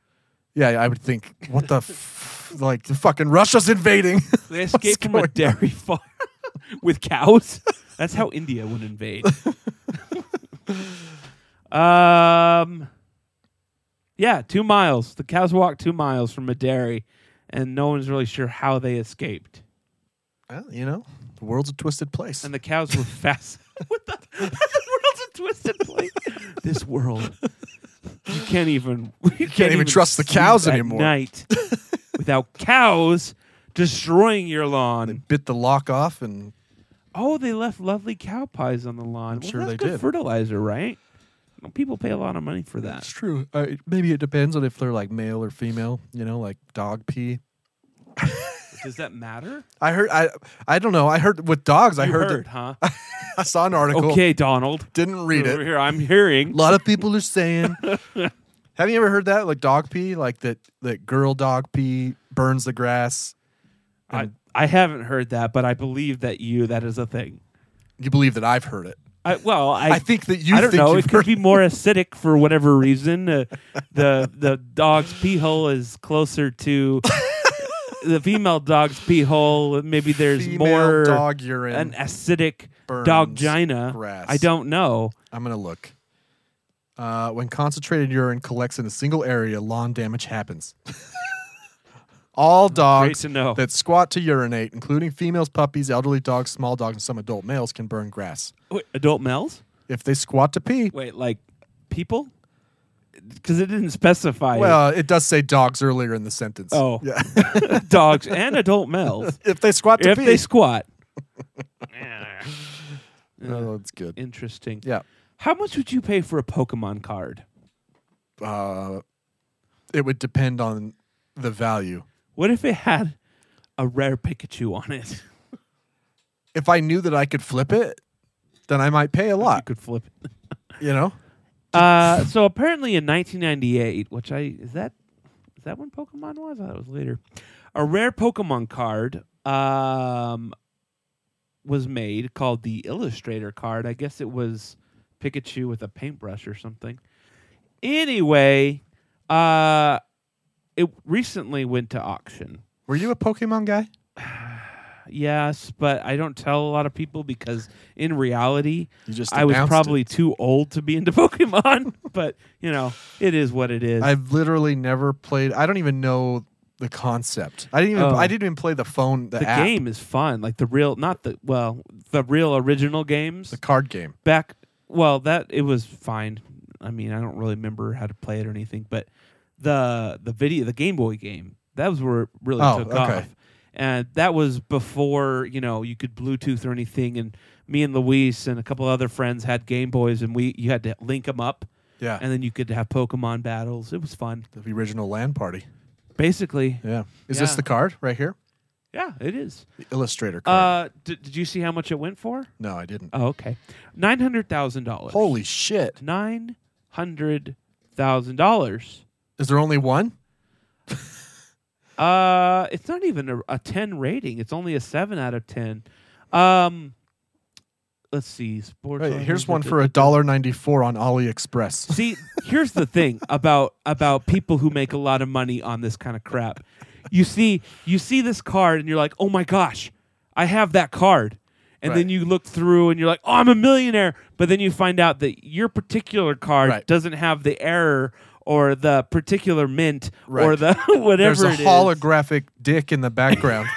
S7: Yeah, I would think, what the, f- like, the fucking Russia's invading. [laughs]
S8: They
S7: What's
S8: escaped from a
S7: going on?
S8: dairy farm [laughs] with cows. That's how India would
S7: [laughs]
S8: invade. um, yeah, two miles. The cows walked two miles from a dairy, and no one's really sure how they escaped.
S7: Well, you know, the world's a twisted place.
S8: And the cows [laughs] were fast. what the? [laughs] the world's a twisted place. this world. You can't even. You can't,
S7: even trust the cows
S8: sleep at [laughs]
S7: anymore.
S8: Night without cows destroying your lawn.
S7: Bit the lock off, and
S8: Oh, they left lovely cow pies on the lawn. well,
S7: sure
S8: that's
S7: they
S8: good
S7: did.
S8: Fertilizer, right? Well, people pay a lot of money for
S7: it's
S8: that.
S7: true. Uh, it- maybe it depends on if they're like male or female. You know, like dog pee.
S8: Does that matter?
S7: I heard. I I don't know. I heard with dogs. I
S8: You
S7: heard.
S8: heard,
S7: that-
S8: huh?
S7: I saw an article.
S8: Okay, Donald.
S7: Didn't read it.
S8: Here I'm hearing.
S7: A lot of people
S8: [laughs]
S7: are saying. Have you ever heard that? Like dog pee, like that. That girl dog pee burns the grass.
S8: I, I haven't heard that, but I believe that you that is a thing.
S7: You believe that I've heard it.
S8: I, well, I,
S7: I think that you
S8: I don't
S7: think
S8: know.
S7: you've
S8: It could be more acidic for whatever reason. Uh, the the dog's pee hole is closer
S7: [laughs]
S8: to the female dog's pee hole. Maybe there's
S7: Female
S8: more
S7: dog urine
S8: an acidic
S7: burns
S8: dog gina.
S7: grass.
S8: I don't know.
S7: I'm gonna look. Uh, when concentrated urine collects in a single area, lawn damage happens. [laughs] All dogs that squat to urinate, including females, puppies, elderly dogs, small dogs, and some adult males, can burn grass.
S8: Wait, adult males?
S7: If they squat to pee.
S8: Wait, like people? Because it didn't specify.
S7: Well, it does say dogs earlier in the sentence.
S8: Oh.
S7: yeah.
S8: [laughs] dogs and adult males.
S7: If they squat [laughs] to
S8: if
S7: pee.
S8: they squat.
S7: Oh, that's good.
S8: Interesting.
S7: Yeah.
S8: How much would you pay for a Pokemon card?
S7: Uh, it would depend on the value.
S8: What if it had a rare Pikachu on it?
S7: If I knew that I could flip it, then I might pay a lot. You
S8: could flip
S7: it. You know?
S8: Uh, so apparently in 1998, which I is that is that when Pokemon was? I thought it was later. A rare Pokemon card um, was made called the Illustrator card. I guess it was Pikachu with a paintbrush or something. Anyway, uh, it recently went to auction.
S7: Were you a Pokemon guy?
S8: Yes, but I don't tell a lot of people because in reality,
S7: You just
S8: I was
S7: announced
S8: probably too old to be into [laughs] Pokemon. but you know, it is what it is.
S7: I've literally never played. I don't even know the concept. I didn't even.
S8: Oh.
S7: I didn't even play the phone. The,
S8: the
S7: app.
S8: game is fun, like the real, not the well, the real original games. The
S7: card game
S8: back. Well, that it was fine. I mean, I don't really remember how to play it or anything, but the the video, the Game Boy game, that was where it really
S7: Oh,
S8: took
S7: okay.
S8: off. and that was before you know you could Bluetooth or anything. And me and Luis and a couple other friends had Game Boys, and we you had to link them up.
S7: Yeah.
S8: and then you could have Pokemon battles. It was fun.
S7: The original LAN party.
S8: Basically,
S7: Yeah. Is this
S8: Yeah.
S7: the card right here?
S8: yeah, it is.
S7: The illustrator card.
S8: Uh, did, did you see how much it went for?
S7: no, I didn't.
S8: Oh, okay. Nine hundred thousand dollars.
S7: Holy shit!
S8: Nine hundred thousand dollars.
S7: Is there only one?
S8: Uh, it's not even a, a ten rating. It's only a seven out of ten. Um, let's see. Sports.
S7: Right, here's one for a dollar ninety four on
S8: [laughs]
S7: AliExpress.
S8: See, here's the thing about about people who make a lot of money on this kind of crap. You see, you see this card, and you're like, "Oh my gosh, I have that card." And then
S7: Right.
S8: you look through, and you're like, "Oh, I'm a millionaire." But then you find out that your particular card doesn't have the error or the particular mint or
S7: Right.
S8: the [laughs] whatever it
S7: There's a
S8: is.
S7: holographic dick in
S8: [laughs]
S7: the background.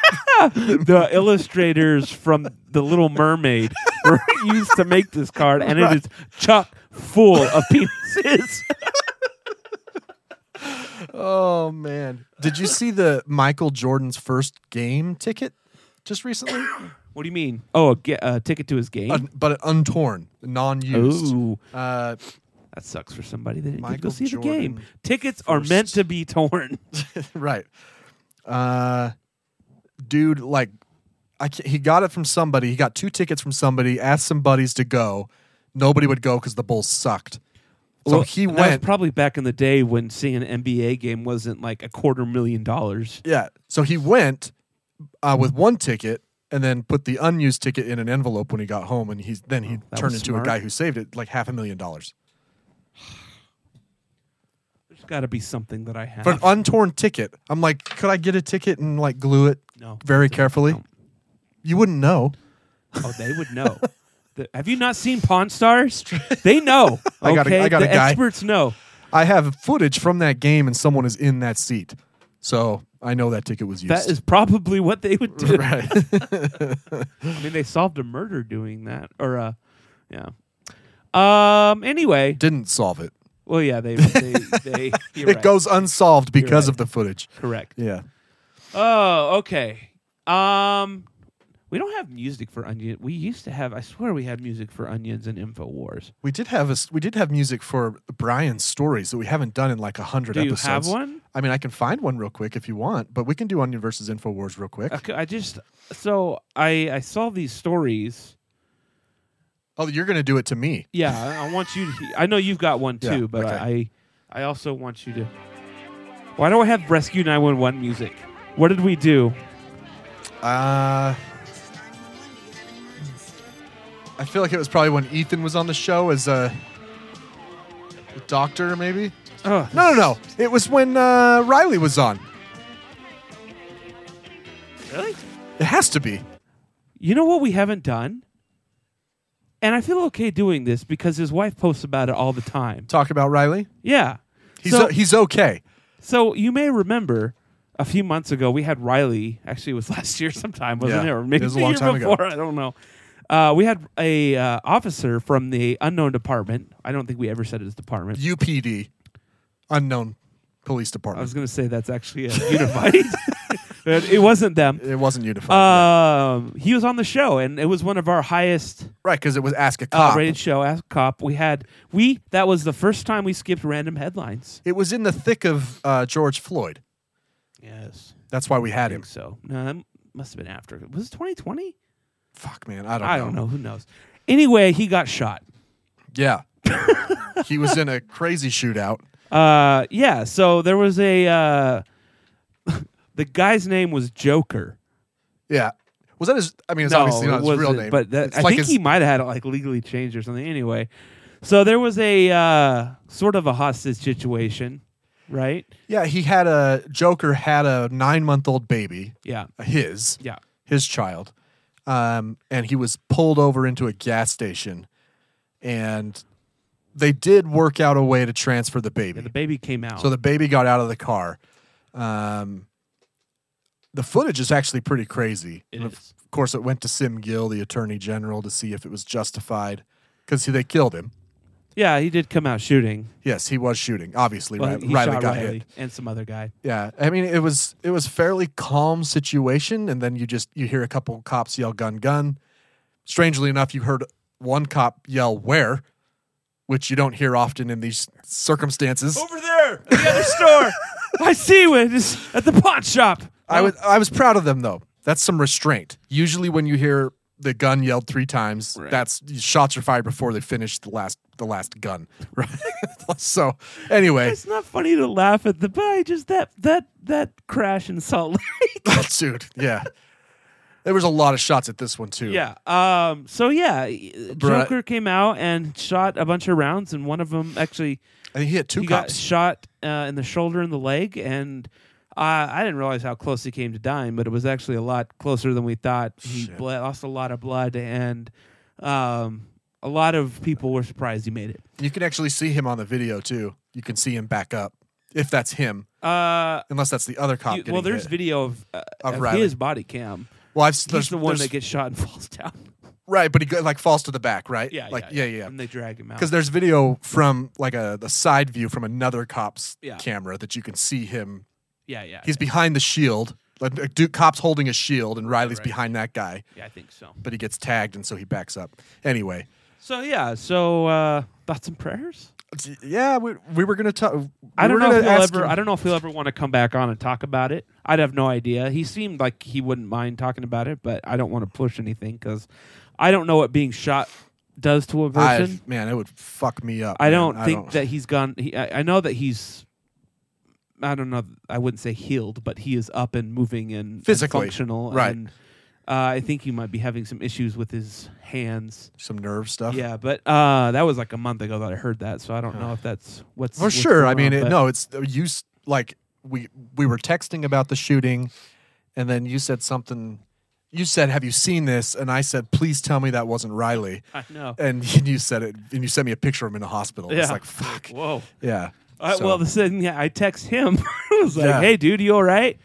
S8: the illustrators from The Little Mermaid were [laughs] used to make this card, and
S7: Right.
S8: it is chock full
S7: [laughs]
S8: of penises.
S7: oh man! Did you see the Michael Jordan's first game ticket
S8: [coughs]
S7: just recently?
S8: What do you mean? Oh, a, ge- a ticket to his game.
S7: Un- but untorn, non-used.
S8: Ooh.
S7: Uh,
S8: that sucks for somebody that didn't get to go
S7: Michael
S8: see the
S7: Jordan
S8: game. Tickets are meant to be torn.
S7: right. Uh, dude, like, I ca he got it from somebody. He got two tickets from somebody. Asked some buddies to go. Nobody would go because the Bulls sucked. So
S8: Well,
S7: he
S8: that was
S7: went.
S8: probably back in the day when seeing an NBA game wasn't like a quarter million dollars.
S7: yeah. So he went uh, with one ticket and then put the unused ticket in an envelope when he got home, and he's then he
S8: Oh, that
S7: turned
S8: was
S7: into
S8: smart.
S7: a guy who saved it like half a
S8: [laughs]
S7: million dollars
S8: There's got to be something that I have.
S7: for an untorn ticket. I'm like, could I get a ticket and like glue it
S8: No.
S7: very carefully? You wouldn't know.
S8: Oh, they would know. The- have you not seen Pawn
S7: [laughs]
S8: Stars? They know.
S7: I got a-
S8: okay?
S7: I got
S8: the
S7: a guy.
S8: experts know.
S7: I have footage from that game, and someone is in that seat, so I know that ticket was used. [laughs]
S8: That is [laughs] probably what they would do.
S7: Right.
S8: I mean, they solved a murder doing that, or uh, yeah. Um. Anyway,
S7: didn't solve it.
S8: well, yeah, they they,
S7: [laughs]
S8: they
S7: It
S8: [laughs] you're right.
S7: goes unsolved
S8: You're
S7: because
S8: right.
S7: of the footage.
S8: Correct.
S7: Yeah.
S8: Oh, okay. Oh, Um, We don't have music for onion. We used to have. I swear we had music for onions and Infowars.
S7: We did have a s- we did have music for Brian's stories that we haven't done in like a hundred.
S8: Do you have
S7: episodes.
S8: one?
S7: I mean, I can find one real quick if you want, but we can do Onion versus Infowars real quick.
S8: Okay, I just so I I saw these stories.
S7: Oh, you're gonna do it to me.
S8: Yeah, I- I want you. To, he- I know you've got one
S7: Yeah,
S8: too, but
S7: okay.
S8: I I also want you to. Why do I have Rescue 911 music? What did we do?
S7: Uh, I feel like it was probably when Ethan was on the show as a, a doctor, maybe.
S8: Oh.
S7: No, no, no! It was when uh, Riley was on.
S8: Really?
S7: It has to be.
S8: You know what we haven't done? And I feel okay doing this because his wife posts about it all the time.
S7: Talk about Riley?
S8: Yeah.
S7: He's o- he's okay.
S8: So you may remember a few months ago we had Riley, actually it was [laughs] last year sometime, wasn't
S7: Yeah,
S8: it? Or maybe
S7: it was a
S8: the
S7: long
S8: year
S7: time ago.
S8: before, I don't know. Uh, we had a uh, officer from the unknown department. I don't think we ever said his department.
S7: UPD, unknown police department.
S8: I was going to say that's actually
S7: [laughs]
S8: a unified. [laughs] But it wasn't them.
S7: It wasn't unified.
S8: Um, he was on the show, and it was one of our highest
S7: right because it was
S8: uh,
S7: Ask a Cop.
S8: rated show. Ask a cop. We had we that was the first time we skipped random headlines.
S7: It was in the thick of uh, George Floyd.
S8: Yes,
S7: That's why we had him.
S8: so no, that must have been after. Was it 2020?
S7: Fuck, man, I don't.
S8: I don't know. Who knows? Anyway, he got shot. [laughs]
S7: Yeah, he was in a crazy shootout.
S8: Uh, yeah. So there was a uh, [laughs] the guy's name was Joker.
S7: Yeah, was that his? I mean, it's
S8: No,
S7: obviously
S8: it
S7: not his real
S8: wasn't,
S7: name.
S8: But that,
S7: It's
S8: I
S7: like
S8: think
S7: his-
S8: he might have had it like legally changed or something. Anyway, so there was a uh, sort of a hostage situation, right?
S7: Yeah, he had a Joker had a nine month old baby.
S8: Yeah.
S7: his.
S8: Yeah.
S7: his child, um, and he was pulled over into a gas station, and they did work out a way to transfer the baby.
S8: The baby came out.
S7: So the baby got out of the car. Um, the footage is actually pretty crazy. And of course, it went to Sim Gill, the attorney general, to see if it was justified because they killed him.
S8: yeah, he did come out shooting.
S7: Yes, he was shooting. Obviously,
S8: Well,
S7: Ri-
S8: he
S7: Riley
S8: shot
S7: got
S8: Riley
S7: hit.
S8: and some other guy.
S7: Yeah, I mean, it was it was fairly calm situation, and then you just you hear a couple cops yell "gun, gun." Strangely enough, you heard one cop yell "where," which you don't hear often in these circumstances.
S8: Over there, at the other store. I see you it is at the pawn shop.
S7: I was I was proud of them though. That's some restraint. Usually when you hear the gun yelled three times, that's shots are fired before they finish the last the last gun. [laughs] Right. so anyway,
S8: It's not funny to laugh at the but I just that that that crash in Salt Lake.
S7: [laughs] dude, yeah. There was a lot of shots at this one too.
S8: Yeah. Um. So yeah, y-
S7: Bruh.
S8: Joker came out and shot a bunch of rounds, and one of them actually,
S7: I think he hit two
S8: he got
S7: cops.
S8: shot uh, in the shoulder and the leg, and uh, I didn't realize how close he came to dying, but it was actually a lot closer than we thought. He ble- lost a lot of blood, and um, a lot of people were surprised he made it.
S7: You can actually see him on the video too. You can see him back up. If that's him.
S8: Uh.
S7: Unless that's the other cop.
S8: you-
S7: getting
S8: well, there's
S7: hit.
S8: video of, uh,
S7: Of
S8: of,
S7: Riley.
S8: his body cam.
S7: Well, I've s-
S8: He's
S7: there's-
S8: the one
S7: there's-
S8: that gets shot and [laughs] falls down.
S7: Right, but he go- like falls to the back, right?
S8: Yeah,
S7: Like
S8: yeah,
S7: yeah, yeah.
S8: And they drag him out.
S7: Because there's video from like a the side view from another cop's
S8: Yeah.
S7: camera that you can see him
S8: Yeah, yeah.
S7: He's behind the shield. Like a dude, cop's holding a shield, and Riley's behind that guy.
S8: Yeah, I think so.
S7: But he gets tagged, and so he backs up. Anyway,
S8: So yeah, so uh, thoughts and prayers.
S7: d- yeah, we, we were gonna talk.
S8: I don't
S7: we were
S8: know if
S7: gonna
S8: he'll
S7: ask
S8: ever.
S7: him-
S8: I don't know if he'll ever want to come back on and talk about it. I'd have no idea. He seemed like he wouldn't mind talking about it, but I don't want to push anything because I don't know what being shot does to a
S7: I-
S8: person.
S7: man, it would fuck me up.
S8: I,
S7: man.
S8: don't think that he's gone. He, I, I know that he's. I don't know. I wouldn't say healed, but he is up and moving and and
S7: Physically,
S8: functional.
S7: right.
S8: And, uh, I think he might be having some issues with his hands,
S7: some nerve stuff.
S8: Yeah, but uh, that was like a month ago that I heard that, so I don't know if that's what's
S7: for
S8: what's
S7: sure. I
S8: going on,
S7: mean, it,
S8: but-
S7: no, it's you. s- Like we we were texting about the shooting, and then you said something. You said, "Have you seen this?" And I said, "Please tell me that wasn't Riley."
S8: [laughs] I know.
S7: And [laughs] you said it, and you sent me a picture of him in the hospital. It's like, fuck.
S8: Whoa.
S7: yeah.
S8: I,
S7: so-
S8: Well, the thing, yeah, I text him. [laughs] I was like,
S7: Yeah.
S8: "Hey, dude, you all right?"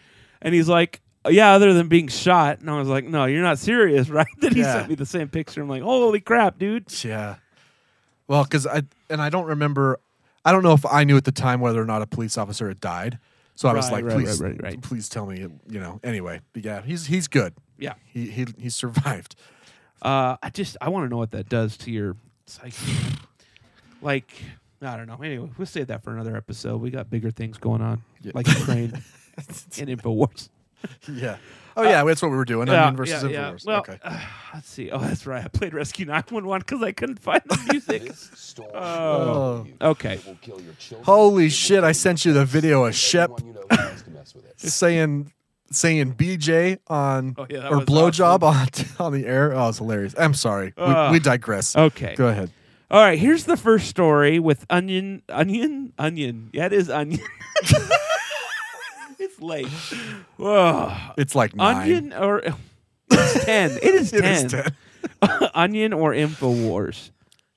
S8: And he's like, "Yeah, other than being shot." And I was like, "No, you're not serious, [laughs] right?" Then he
S7: Yeah.
S8: sent me the same picture. I'm like, "Holy crap, dude!"
S7: Yeah. Well, because I and I don't remember. I don't know if I knew at the time whether or not a police officer had died. So I was
S8: Right,
S7: like,
S8: right,
S7: please,
S8: right, right, right.
S7: please tell me. You know. Anyway, but yeah, he's he's good.
S8: Yeah.
S7: He he he survived.
S8: Uh, I just I want to know what that does to your psyche. like I don't know. Anyway, we'll save that for another episode. We got bigger things going on, like Ukraine
S7: [laughs]
S8: and Infowars.
S7: Yeah. [laughs] Oh yeah, that's what we were doing.
S8: Uh, Yeah,
S7: Onion versus
S8: yeah, yeah.
S7: Infowars.
S8: Well,
S7: okay.
S8: let's see. Oh, that's right. I played Rescue 911 because I couldn't find the
S7: [laughs]
S8: music. oh. Okay.
S7: Holy shit! I sent you the video of Shep saying saying BJ on
S8: Oh, yeah, that
S7: or
S8: was
S7: blowjob [laughs] on on the air. Oh, it's hilarious. I'm sorry.
S8: Ugh.
S7: we, we digress.
S8: Uh, Okay.
S7: Go ahead.
S8: All right, here's the first story with onion, onion, onion. Yeah, it is onion. [laughs] it's late. Ugh.
S7: It's like nine.
S8: Onion or [laughs] it's ten. It is
S7: [laughs] It
S8: ten.
S7: is
S8: [laughs] onion or Infowars.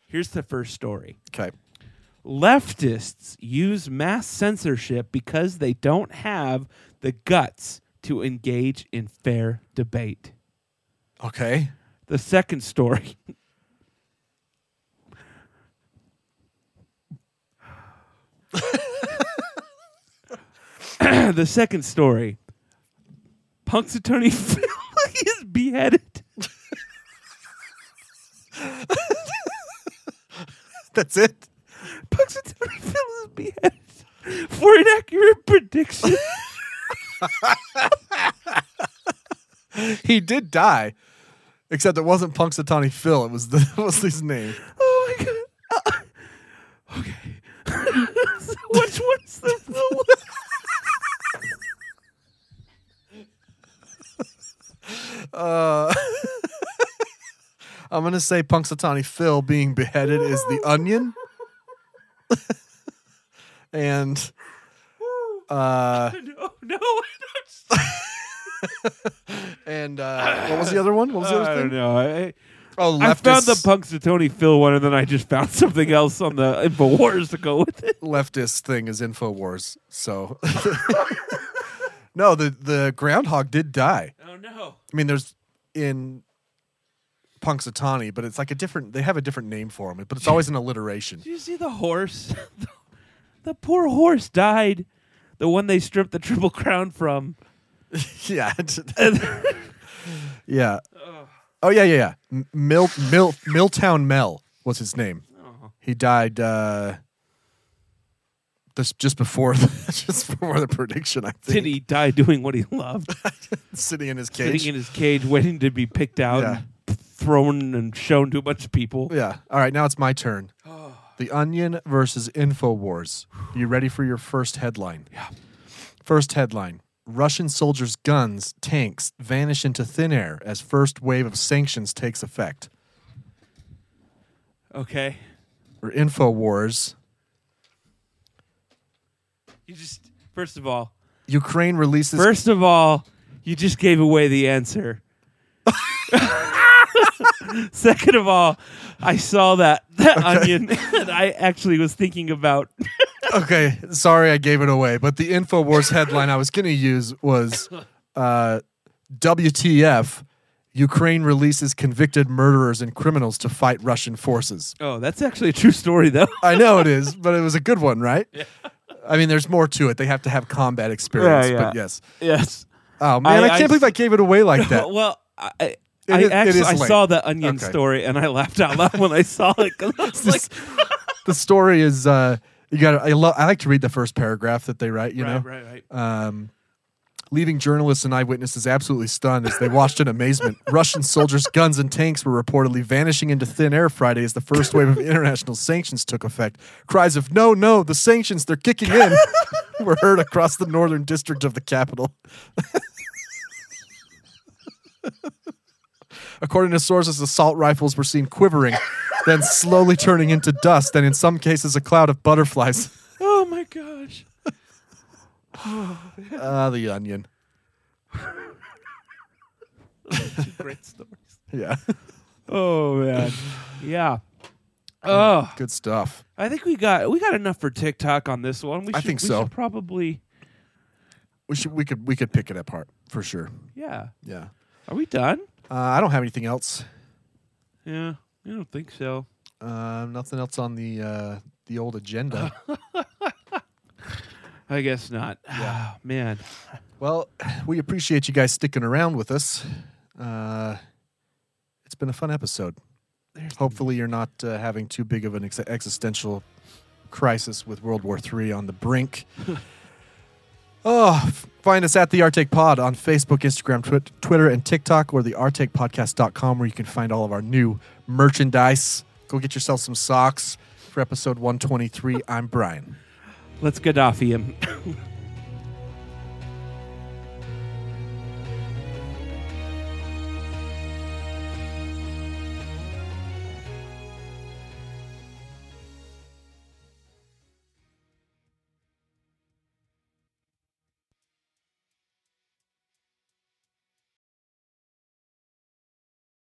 S8: Here's the first story.
S7: Okay.
S8: Leftists use mass censorship because they don't have the guts to engage in fair debate.
S7: Okay. [laughs]
S8: The second story. [laughs] the second story. Punk's attorney [laughs] Phil is beheaded.
S7: That's it.
S8: Punk's attorney Phil is beheaded for inaccurate prediction.
S7: he did die, except it wasn't Punxsutawney Phil. It was the [laughs] it was his name.
S8: [laughs] Oh my god. Uh, okay. [laughs] So Which one's the real
S7: Uh, [laughs] I'm gonna say Punxsutawney Phil being beheaded is the Onion, [laughs] and uh,
S8: one? No, no, I don't.
S7: and uh, what was the other one? What was the other
S8: I
S7: thing?
S8: don't know. I,
S7: Oh,
S8: I found the
S7: leftists.
S8: Punxsutawney Phil one, and then I just found [laughs] something else on the Infowars to go with it.
S7: leftist thing is Infowars. So [laughs] no, the the groundhog did die.
S8: Oh no!
S7: I mean, there's in Punxsutawney, but it's like a different. They have a different name for him, but it's always an alliteration.
S8: Did you see the horse? [laughs] the, poor horse died. The one they stripped the triple crown from.
S7: [laughs] yeah.
S8: [laughs]
S7: [laughs] Yeah. Oh yeah, yeah, yeah. M- Mil Mil Milltown Mel was his name.
S8: Oh.
S7: He died uh, this just before the, [laughs] just before the prediction. I think
S8: Did he die doing what he loved?
S7: sitting in his cage.
S8: Sitting in his [laughs] cage, waiting to be picked out,
S7: Yeah.
S8: and thrown and shown to a bunch of people.
S7: Yeah. All right, now it's my turn.
S8: Oh.
S7: The Onion versus InfoWars. You ready for your first headline? Yeah. First headline Russian soldiers' guns, tanks vanish into thin air as first wave of sanctions takes effect.
S8: Okay.
S7: Or InfoWars.
S8: You just first of all,
S7: Ukraine releases.
S8: first of all, you just gave away the answer. [laughs] Second of all, I saw that [laughs] that onion, and I actually was thinking about
S7: [laughs] okay, sorry I gave it away, but the InfoWars headline I was going to use
S8: [laughs]
S7: was uh, WTF Ukraine releases convicted murderers and criminals to fight Russian forces.
S8: [laughs] Oh, that's actually a true story, though.
S7: I know it is, but it was a good one, right? I mean, there's more to it. They have to have combat experience,
S8: Yeah, yeah.
S7: but yes.
S8: Yes.
S7: Oh man, I,
S8: I-
S7: can't
S8: I-
S7: believe I gave it away like
S8: [laughs]
S7: that.
S8: well, I, I,
S7: It is- it
S8: actually
S7: is
S8: I
S7: late.
S8: saw the onion
S7: Okay.
S8: story and I laughed out loud when I saw it 'cause I [laughs] was like,
S7: [laughs] the story is uh, you got. I love. I like to read the first paragraph that they write. You
S8: Right,
S7: know,
S8: right, right.
S7: Um, leaving journalists and eyewitnesses absolutely stunned as they watched in amazement. [laughs] Russian soldiers' guns and tanks were reportedly vanishing into thin air Friday as the first wave of [laughs] international sanctions took effect. Cries of "No, no! The sanctions! They're kicking [laughs] in!" were heard across the northern district of the capital. [laughs] According to sources, assault rifles were seen quivering, then slowly turning into dust, and in some cases, a cloud of butterflies.
S8: "Oh my gosh!"
S7: [laughs] Ah, the onion.
S8: [laughs] Great stories.
S7: Yeah. [laughs]
S8: Oh [sighs] man, yeah. Oh,
S7: Good stuff.
S8: I think we got we got enough for TikTok on this one. We
S7: I
S8: should,
S7: think
S8: we
S7: so.
S8: should probably,
S7: We should we could we could pick it apart for sure.
S8: yeah.
S7: Yeah.
S8: Are we done?
S7: Uh, I don't have anything else.
S8: Yeah, I don't think so.
S7: Uh, nothing else on the uh, the old [laughs] agenda.
S8: I guess not. Ah, man.
S7: [sighs] well, we appreciate you guys sticking around with us. Uh, it's been a fun episode. Hopefully, you're not uh, having too big of an ex- existential crisis with World War III on the brink. oh, f- find us at the Arctic Pod on Facebook, Instagram, Twi- Twitter, and TikTok, or the arcticpodcast.com, where you can find all of our new merchandise. Go get yourself some socks for episode 123. I'm Brian.
S1: Let's Gaddafi him.